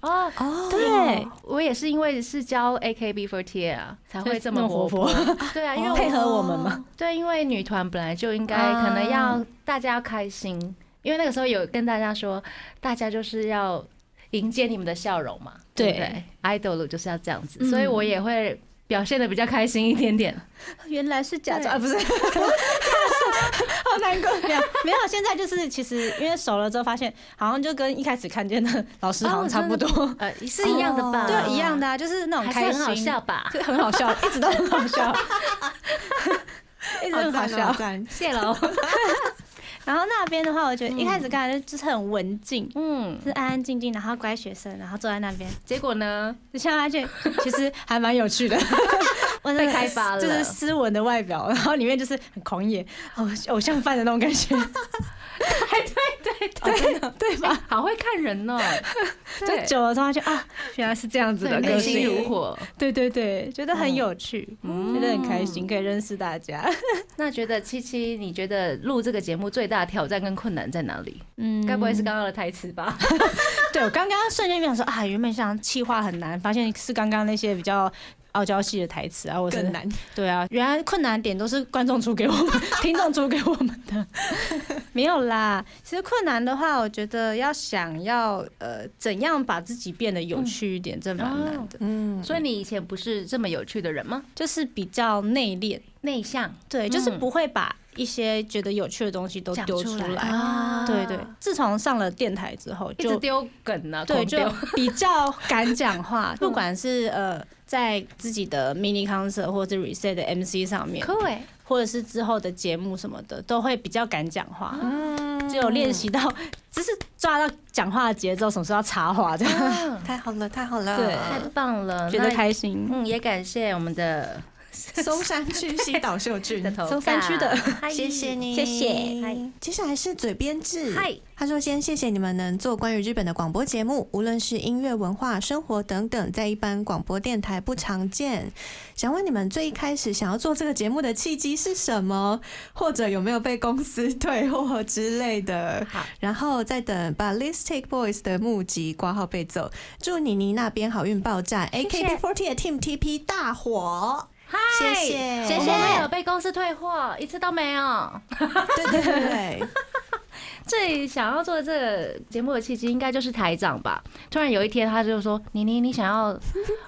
Speaker 2: 哦，
Speaker 3: 哦，
Speaker 2: 对我也是因为是教 AKB48 啊，才会这么活泼。 对
Speaker 4: 哦哎
Speaker 2: 啊，因为我
Speaker 7: 配合我们嘛，
Speaker 2: 对，因为女团本来就应该可能要大家要开心，因为那个时候有跟大家说，大家就是要迎接你们的笑容嘛，对不对？idol 就是要这样子，所以我也会表现的比较开心一点点。
Speaker 7: 原来是假装，啊、不是，好难过。没有，没有。现在就是其实因为熟了之后，发现好像就跟一开始看见的老师好像差不多，
Speaker 2: 呃，是一样的 吧？哦
Speaker 7: 对，一样的、啊，就是那种
Speaker 2: 还
Speaker 7: 开
Speaker 2: 是
Speaker 7: 心，
Speaker 2: 很好笑吧？
Speaker 7: 是很好笑，一直都很好笑，一直都很好笑。
Speaker 3: 赞哦
Speaker 2: 谢喽。
Speaker 4: 然后那边的话，我觉得一开始看来就是很文静，
Speaker 2: 嗯，
Speaker 4: 就是安安静静，然后乖学生，然后坐在那边，
Speaker 2: 结果呢？
Speaker 4: 就 像发现其实还蛮 有趣的，我真的
Speaker 2: 被开发了
Speaker 4: 就是斯文的外表，然后里面就是很狂野、偶偶像范的那种 感觉，
Speaker 2: 哎
Speaker 4: 哦
Speaker 2: 对吧？好会看人哦，
Speaker 4: 就久了之后就啊，原来是这样子的
Speaker 2: 对，
Speaker 4: 个
Speaker 2: 内心如
Speaker 4: 性，
Speaker 2: 火。嗯
Speaker 4: 对对对，觉得很有趣，觉得很开心，可以认识大家。
Speaker 2: 那觉得七七，你觉得录这个节目最大的挑战跟困难在哪里？
Speaker 4: 嗯，
Speaker 2: 该不会是刚刚的台词吧？
Speaker 4: 对我刚刚瞬间就想说啊，原本想气话很难，发现是刚刚那些比较傲娇系的台词啊，我是
Speaker 3: 更难。
Speaker 4: 对啊，原来困难点都是观众出给我 们、听众出给我们的， 没有啦。其实困难的话，我觉得要想要呃怎样把自己变得有趣一点，这蛮难的，
Speaker 3: 嗯，
Speaker 2: 所以你以前不是这么有趣的人吗？
Speaker 4: 就是比较内敛，
Speaker 2: 内向
Speaker 4: 对，就是不会把一些觉得有趣的东西都
Speaker 2: 讲
Speaker 4: 丢
Speaker 2: 出
Speaker 4: 出
Speaker 2: 来
Speaker 4: 来。
Speaker 2: 啊，
Speaker 4: 对对，自从上了电台之后，
Speaker 2: 一直
Speaker 4: 就
Speaker 2: 丢梗啊，
Speaker 4: 对，
Speaker 2: 狂
Speaker 4: 就
Speaker 2: 丢
Speaker 4: 比较敢 讲话，不管是呃在自己的 mini concert 或者是 reset 的 MC 上面，
Speaker 2: 酷哎，
Speaker 4: 或者是之后的节目什么的，都会比较敢讲话。只有练习到，只是抓到讲话的节奏，什么时候要插话这样，
Speaker 3: 太好了，太好了，
Speaker 4: 对
Speaker 2: 太棒了，
Speaker 4: 觉得
Speaker 2: 那
Speaker 4: 开心。
Speaker 2: 嗯，也感谢我们的
Speaker 3: 松山区西岛秀俊
Speaker 2: 的。头
Speaker 4: 松山区的
Speaker 2: 稿，
Speaker 3: 谢谢你，
Speaker 4: 谢谢
Speaker 3: 嗨。接下来是嘴编制，
Speaker 2: 嗨，
Speaker 3: 他说：“先谢谢你们能做关于日本的广播节目，无论是音乐、文化、生活等等，在一般广播电台不常见。想问你们最一开始想要做这个节目的契机是什么，或者有没有被公司退货之类的
Speaker 2: 好？
Speaker 3: 然后再等 Ballistic Boys 的募集挂号被走。祝妮妮那边好运爆炸，AKB48 Team TP 大火。
Speaker 2: 嗨，
Speaker 3: 谢 谢
Speaker 2: 我们没有被公司退货，一次都没有。
Speaker 3: 对对对对，
Speaker 2: 最想要做这个节目的契机，应该就是台长吧。突然有一天，他就说：“妮妮，你想要，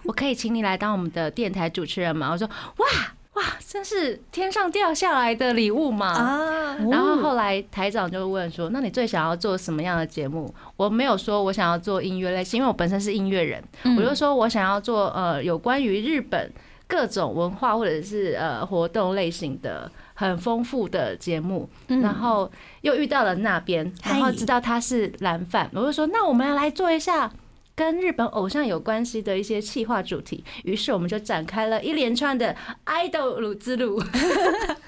Speaker 2: 我可以请你来当我们的电台主持人吗？”我说：“哇哇，真是天上掉下来的礼物嘛！”
Speaker 3: 啊，
Speaker 4: 哦嗯
Speaker 2: 然后后来台长就问说：“那你最想要做什么样的节目？”我没有说我想要做音乐类型，因为我本身是音乐人，我就说我想要做呃有关于日本各种文化或者是呃活动类型的很丰富的节目。然后又遇到了那边，然后知道他是蓝饭，我就说那我们要来做一下。跟日本偶像有关系的一些企划主题，于是我们就展开了一连串的 idol 之路。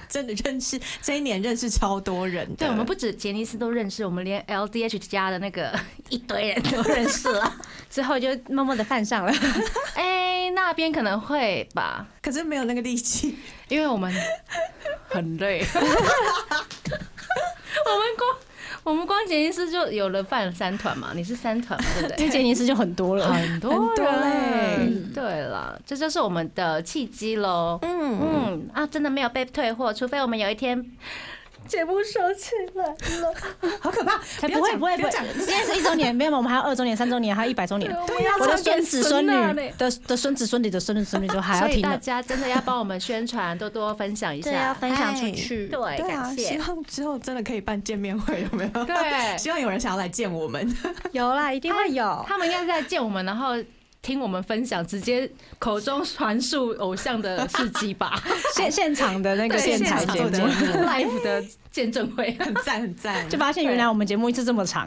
Speaker 3: 真的认识这一年认识超多人的。
Speaker 2: 对，我们不止杰尼斯都认识，我们连 LDH 家的那个一堆人都 认识了。
Speaker 4: 之后就默默的犯上 了，
Speaker 2: 哎、那边可能会吧，
Speaker 3: 可是没有那个力气。
Speaker 2: 因为我们很累。我们光 我们光杰尼斯就有了办三团嘛，你是三团嘛，对不
Speaker 4: 因
Speaker 2: 对？
Speaker 4: 为杰尼斯就 很多了。
Speaker 2: 很多人，对了，这就是我们的契机喽。
Speaker 3: 嗯，
Speaker 2: 嗯啊，真的没有被退货，除非我们有一天节目收起来。
Speaker 3: 好可怕！
Speaker 4: 才不会不会不会，
Speaker 3: 讲
Speaker 4: 今天是一周年，没有，我们还有二周年、三周年，还有一百周年。我的孙子啊孙啊女的的孙子孙女的孙子孙女就还
Speaker 2: 所
Speaker 4: 要
Speaker 2: 以
Speaker 4: 听
Speaker 2: 大
Speaker 4: 了。
Speaker 2: 家真的要帮我们宣传，多多分享一下。
Speaker 4: 分
Speaker 3: 享出去
Speaker 2: 对，
Speaker 3: 对啊，
Speaker 2: 感
Speaker 3: 希
Speaker 2: 谢。
Speaker 3: 望之后真的可以办见面会， 有没有？
Speaker 2: 对
Speaker 3: 希望有人想要来见我们。
Speaker 4: 有啦，一定会有。
Speaker 2: 他们应该是在见我们，然后听我们分享，直接口中传述偶像的事迹 吧。
Speaker 4: 现现场的那个
Speaker 2: 对
Speaker 4: 现场
Speaker 3: 现
Speaker 4: 节
Speaker 3: 场
Speaker 4: 目
Speaker 3: 的，
Speaker 2: live 的见证 会。
Speaker 3: 很赞很 赞，
Speaker 4: 就发现原来我们节目一直这么 长，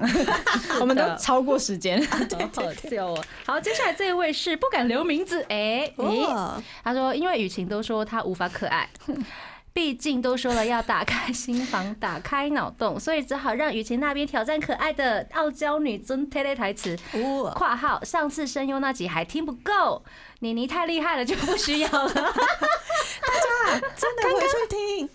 Speaker 4: 我们都超过时间。
Speaker 2: 好好笑哦！好，接下来这位是不敢留名字，哎、诶
Speaker 3: 哦，
Speaker 2: 他说因为雨晴都说她无法可爱，毕竟都说了要打开心房，打开脑洞，所以只好让雨晴那边挑战可爱的傲娇女尊推推台词。
Speaker 3: 哦，
Speaker 2: 括号上次声优那集还听不够，妮妮太厉害了就不需要了。
Speaker 3: 真的回去听。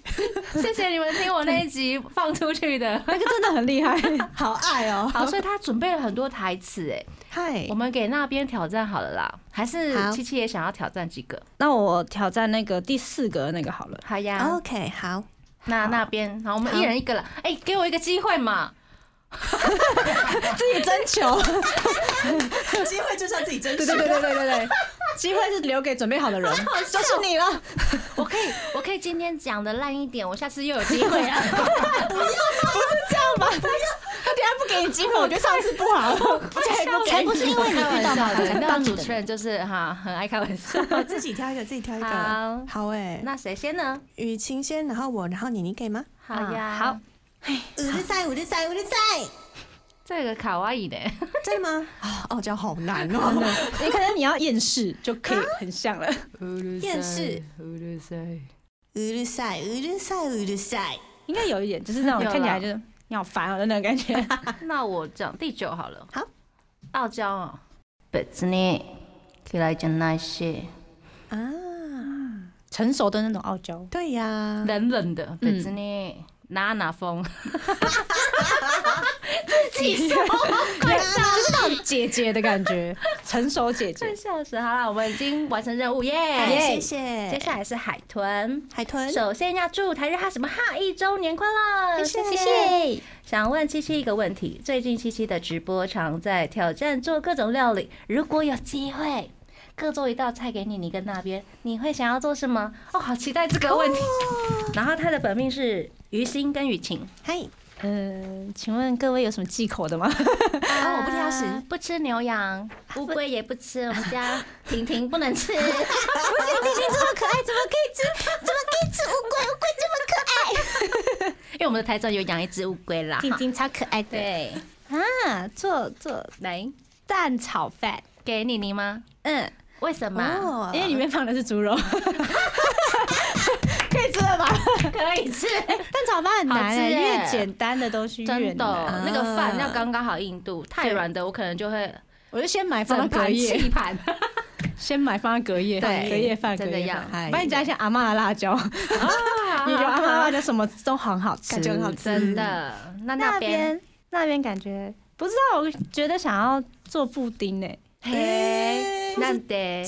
Speaker 2: 谢谢你们听我那一集放出去的。
Speaker 4: 那个 真的很厉害。
Speaker 3: 好爱哦！
Speaker 2: 好，所以他准备了很多台词，哎，
Speaker 3: 嗨
Speaker 2: 我，们给那边挑战好了啦，还是
Speaker 3: 好
Speaker 2: 七七也想要挑战几个？
Speaker 4: 那我挑战那个第四个那个好了。
Speaker 2: 好呀，
Speaker 3: OK，好，
Speaker 2: 那那边，好，我们一人一个了。哎、给我一个机会嘛！
Speaker 3: 自己征求， 机会就是要自己争取。
Speaker 4: 对对对对对对对，机会是留给准备 好的人。
Speaker 3: 就是你了，
Speaker 2: 我可以，我可以今天讲的烂一点，我下次又有机会啊 了。
Speaker 4: 他等下不给你机会，我觉得上次不好。
Speaker 2: 才不是因为你遇到嘛，
Speaker 5: 才
Speaker 2: 才
Speaker 5: 遇
Speaker 2: 遇
Speaker 5: 到
Speaker 2: 到
Speaker 5: 你的
Speaker 2: 主持人就是哈，很爱开玩笑。
Speaker 3: 我哦自己挑一个，自己挑一个。
Speaker 2: 好，
Speaker 3: 好哎，那
Speaker 2: 那谁先呢？
Speaker 3: 雨晴先，然后我，然后你，你可以吗？
Speaker 2: 好呀，
Speaker 4: 好，
Speaker 3: 五日赛，五日赛，五日赛，
Speaker 2: 这个卡哇伊的，
Speaker 3: 真的吗？ 哦，这样好难哦。
Speaker 4: 你可能你要厌世就可以很像了。
Speaker 3: 厌世。五日赛，五日赛，五日赛。
Speaker 4: 应该有一点，就是那种
Speaker 2: 有啦
Speaker 4: 看起来就是你好烦啊的那种感觉。
Speaker 2: 那我讲第九好了。
Speaker 3: 好，
Speaker 2: 傲娇哦。別に嫌いじゃないし、
Speaker 3: 啊，
Speaker 4: 成熟的那种傲娇，
Speaker 3: 对呀，
Speaker 2: 冷冷的。
Speaker 4: 嗯
Speaker 2: 別に哪哪风，
Speaker 4: 就是那种姐姐的感觉，成熟姐姐
Speaker 2: 真。笑死！好了，我们已经完成任务耶。
Speaker 3: 哎谢
Speaker 2: 接
Speaker 3: 谢。
Speaker 2: 下来是海豚。
Speaker 3: 海豚，
Speaker 2: 首先要祝台日哈什么哈一周年快乐，谢
Speaker 5: 谢。谢。
Speaker 2: 想问七七一个问题：最近七七的直播常在挑战做各种料理，如果有机会各做一道菜给你，你跟那边你会想要做什么？哦，好期待这个问题。
Speaker 3: 哦
Speaker 2: 然后他的本命是于心跟雨晴，
Speaker 3: 嗨，
Speaker 4: 嗯，请问各位有什么忌口 的吗？
Speaker 3: 啊，我不挑食。啊
Speaker 2: 呃不吃牛羊，乌龟也不吃，我们家 婷婷不能吃。因为我们的台中有养一只乌龟啦。
Speaker 4: 晶晶超可爱的
Speaker 2: 对，
Speaker 4: 啊，做做
Speaker 2: 来
Speaker 4: 蛋炒饭，
Speaker 2: 给妮妮吗？
Speaker 4: 嗯，
Speaker 2: 为什么？
Speaker 3: 哦
Speaker 4: 因为里面放的是 猪肉，可以吃了吧？
Speaker 2: 可以吃，
Speaker 4: 蛋炒饭很
Speaker 2: 好
Speaker 4: 难
Speaker 2: 吃
Speaker 4: 欸，
Speaker 2: 耶
Speaker 4: 越简单的东西越
Speaker 2: 哎真的
Speaker 4: 难。
Speaker 2: 哦，那个饭要刚刚好硬度，太软的我可能就会
Speaker 4: 我就先买放到
Speaker 2: 整
Speaker 4: 隔
Speaker 2: 盘
Speaker 4: 夜，
Speaker 2: 气 盘。
Speaker 4: 先买放在隔夜，
Speaker 3: 对
Speaker 4: 隔夜饭，
Speaker 2: 真的
Speaker 4: 隔夜
Speaker 2: 要啊
Speaker 4: 饭，帮你加一些阿妈的辣椒，你觉得阿妈的辣椒什么都很好吃，
Speaker 3: 感觉很好吃
Speaker 2: 真的，那啊那
Speaker 5: 那
Speaker 2: 边
Speaker 5: 边那边感觉
Speaker 4: 不知道，我觉得想要做布丁呢、
Speaker 2: 嘿，那得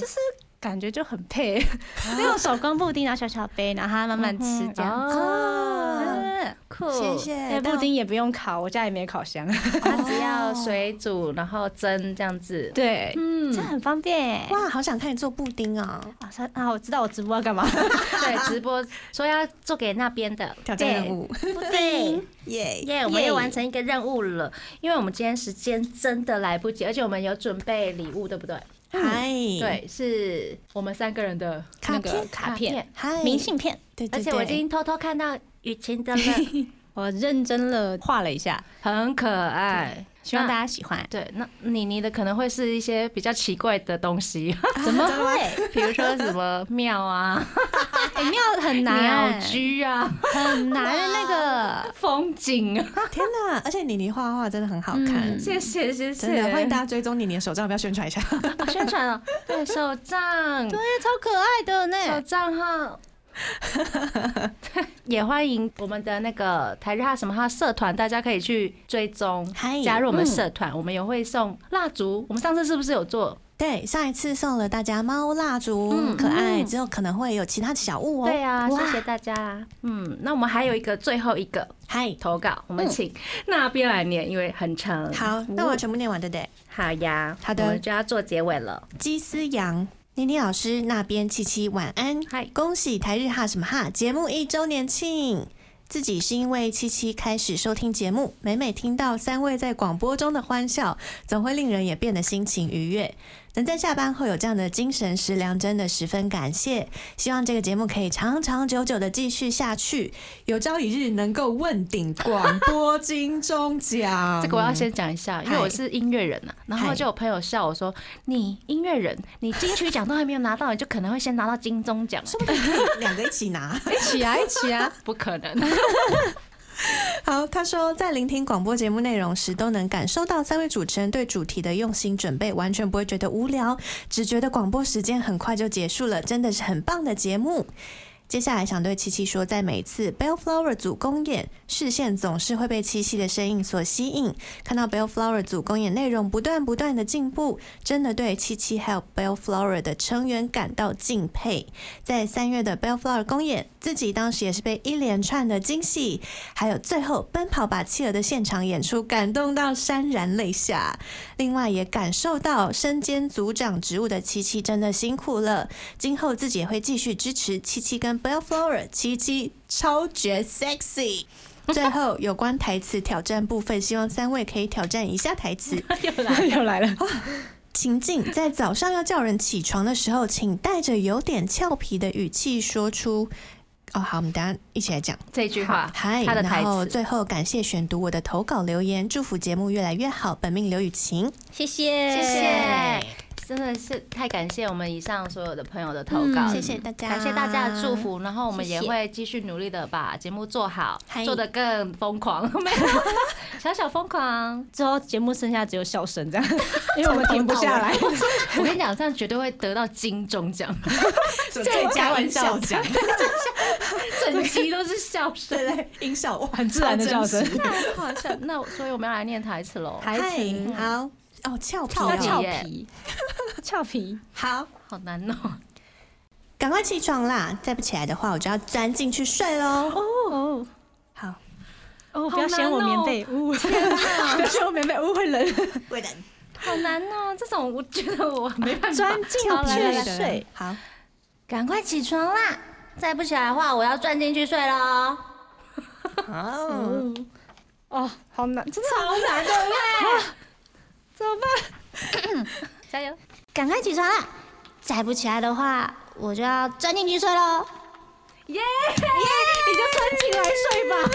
Speaker 4: 感觉就很配。
Speaker 5: 那种手工布丁，然后小小杯，然后它慢慢
Speaker 2: 嗯
Speaker 5: 吃这样。
Speaker 2: 哦，
Speaker 4: 嗯，
Speaker 2: 酷，
Speaker 3: 啊谢谢。
Speaker 4: 那布丁也不用烤，我家也没烤箱。
Speaker 2: 它只要水煮，然后蒸这样子。
Speaker 4: 对，
Speaker 2: 嗯
Speaker 5: 这，很方便哎！
Speaker 3: 哇，好想看你做布丁哦！
Speaker 4: 啊，算啊，我知道我直播要干嘛。
Speaker 2: 对，直播说要做给那边的，
Speaker 3: 挑战任务，
Speaker 2: 对，
Speaker 3: 耶！
Speaker 2: 耶、我们
Speaker 4: 耶
Speaker 2: 又完成一个任务了，因为我们今天时间真的来不及，而且我们有准备礼物，对不对？
Speaker 3: 嗨，，
Speaker 2: 嗯对，是我们三个人的
Speaker 3: 卡
Speaker 4: 那个
Speaker 3: 片，
Speaker 4: 卡片，
Speaker 3: 嗨，
Speaker 5: 明，信片，
Speaker 3: 对对
Speaker 2: 而
Speaker 3: 对，
Speaker 2: 且我已经偷偷看到雨晴的了，
Speaker 4: 我认真了画了一下，
Speaker 2: 很可爱。
Speaker 5: 希望大家喜欢。
Speaker 2: 对，那妮妮的可能会是一些比较奇怪的东西，
Speaker 4: 怎么
Speaker 5: 对，
Speaker 2: 比如说什么庙啊、
Speaker 5: 哎，妙很
Speaker 2: 鸟
Speaker 4: 欸
Speaker 5: 难，
Speaker 2: 居啊、
Speaker 5: 很难的那个。
Speaker 2: 风景啊。
Speaker 3: 天哪！而且妮妮画画真的很好看，
Speaker 5: 嗯
Speaker 2: 谢谢，谢
Speaker 3: 真的
Speaker 2: 谢，
Speaker 3: 欢迎大家追踪妮妮的手账，要不要宣传 一下？
Speaker 2: 哦宣传了，对手账，
Speaker 5: 对，超可爱的
Speaker 2: 小
Speaker 5: 呢。
Speaker 2: 账号。 也欢迎我们的那个台日哈什么哈社团，大家可以去追踪
Speaker 3: 嗨嗯
Speaker 2: 加入我们社团。我们也会送蜡烛，我们上次是不是有做？
Speaker 3: 对，上一次送了大家猫蜡烛，
Speaker 2: 嗯
Speaker 3: 可爱，之后可能会有其他的小物哦。
Speaker 2: 对啊，
Speaker 3: 哇
Speaker 2: 谢谢大家。嗯，那我们还有一个最后一个
Speaker 3: 嗨，
Speaker 2: 投稿，我们请那边来念，因为很长。
Speaker 3: 嗯好，那我全部念完，对不对？
Speaker 2: 好呀，
Speaker 3: 好的
Speaker 2: 我们就要做结尾了。
Speaker 3: 鸡丝羊。妮妮老师那边，七七晚安，
Speaker 2: 嗨
Speaker 3: 恭喜台日哈什么哈节目一周年庆！自己是因为七七开始收听节目，每每听到三位在广播中的欢笑，总会令人也变得心情愉悦。能在下班后有这样的精神食粮，真的十分感谢。希望这个节目可以长长久久的继续下去，有朝一日能够问鼎广播金钟奖。
Speaker 2: 这个我 要先讲一下，因为
Speaker 3: 嗨
Speaker 2: 我是音乐人呐、啊，然后
Speaker 3: 嗨
Speaker 2: 就有朋友笑我说：“你音乐人，你金曲奖都还没有拿到，你就可能会先拿到金钟 奖。”
Speaker 3: 说不定可以两个一起拿。
Speaker 4: 一起啊，一起啊，
Speaker 2: 不可能，
Speaker 3: 好，他说在聆听广播节目内容时，都能感受到三位主持人对主题的用心准备，完全不会觉得无聊，只觉得广播时间很快就结束了，真的是很棒的节目。接下来想对七七说，在每次 Bellflower 组公演，视线总是会被七七的身影所吸引。看到 Bellflower 组公演内容不断不断的进步，真的对七七还有 Bellflower 的成员感到敬佩。在三月的 Bellflower 公演，自己当时也是被一连串的惊喜，还有最后奔跑吧企鹅的现场演出感动到潸然泪下。另外也感受到身兼组长职务的七七真的辛苦了，今后自己也会继续支持七七跟 Bellflower，七七超绝 sexy。最后有关台词挑战部分，希望三位可以挑战一下台词。
Speaker 4: 又来又来了，
Speaker 3: 情境在早上要叫人起床的时候，请带着有点俏皮的语气说出。哦，好，我们等一下一起来讲。
Speaker 2: 这句话，
Speaker 3: 嗨，
Speaker 2: 他的台
Speaker 3: 然后
Speaker 2: 词，
Speaker 3: 最后感谢选读我的投稿留言，祝福节目越来越好。本命刘雨晴，
Speaker 2: 谢谢
Speaker 3: 谢谢，
Speaker 2: 真的是太感谢我们以上所有的朋友的投稿，
Speaker 3: 嗯谢谢大家
Speaker 2: 感谢大家的祝福，然后我们也
Speaker 3: 谢谢
Speaker 2: 会继续努力的把节目做好
Speaker 3: 嗨，
Speaker 2: 做得更疯狂， 没有小小疯 狂。
Speaker 4: 之后节目剩下只有笑声这样，因为我们停不下来。
Speaker 2: 我跟你讲，这样绝对会得到金钟奖，
Speaker 3: 这
Speaker 2: 加玩笑
Speaker 3: 讲，
Speaker 2: 整集都是笑声。
Speaker 3: 对，音效哇，
Speaker 4: 很自然的笑
Speaker 3: 超
Speaker 4: 声
Speaker 3: 真实
Speaker 2: 太好笑，那所以我们要来念台词喽。
Speaker 3: 嗨，好哦，俏皮
Speaker 4: 要
Speaker 3: 哦，
Speaker 4: 俏
Speaker 2: 耶
Speaker 4: 皮， 俏皮，
Speaker 3: 好，
Speaker 2: 好难哦、
Speaker 3: 赶快起床啦！再不起来的话，我就要钻进去睡喽。
Speaker 4: 哦
Speaker 3: 好，
Speaker 2: 好
Speaker 4: 哦，不要嫌我
Speaker 2: 难
Speaker 4: 棉
Speaker 2: 哦
Speaker 4: 被，呜， 不要嫌我棉被，呜会冷，
Speaker 3: 贵人
Speaker 2: 好难哦、这种我觉得我没 办法。
Speaker 4: 钻 进去睡。，
Speaker 3: 好，
Speaker 2: 赶快起床啦！再不起来的话，我要钻进去睡喽。
Speaker 3: 哦，
Speaker 4: 哦，好嗯难，真的啊
Speaker 2: 好难，对 不对？
Speaker 4: 怎么办？
Speaker 2: 加油！
Speaker 6: 赶快起床啦！再不起来的话，我就要钻进去睡喽。
Speaker 2: 耶耶！你就钻进来睡吧。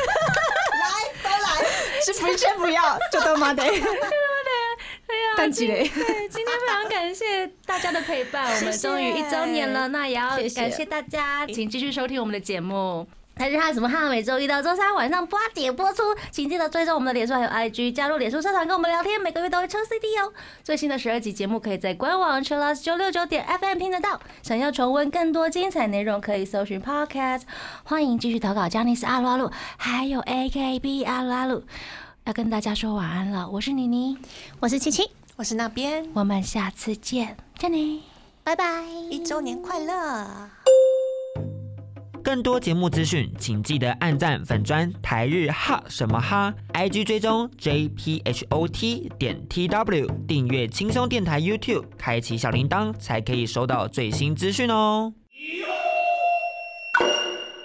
Speaker 4: 是不先不要，就都妈得，
Speaker 2: 哎呀，
Speaker 4: 但积累。
Speaker 2: 对，啊今天非常感谢大家的陪伴，我们终于一周年了，那也要
Speaker 4: 谢谢
Speaker 2: 感谢大家，请继续收听我们的节目。台日哈什么哈，每周一到周三晚上八点播出，请记得追踪我们的脸书还有 IG，加入脸书社团跟我们聊天，每个月都会抽 CD 哦。最新的十二集节目可以在官网 c h i l l o s 九六九点 FM 听得到。想要重温更多精彩内容，可以搜寻 Podcast。欢迎继续投稿 j a n i c e 阿鲁阿鲁，还有 AKB 阿鲁阿鲁。要跟大家说晚安了，我是妮妮。
Speaker 5: 我是七七，
Speaker 3: 我是那边，
Speaker 2: 我们下次见，见你。
Speaker 6: 拜拜。
Speaker 3: 一周年快乐。
Speaker 8: 更多节目资讯，请记得按赞粉砖台日哈什么哈，IG 追踪 JPHOT 点 TW，订阅轻松电台 YouTube，开启小铃铛才可以收到最新资讯哦。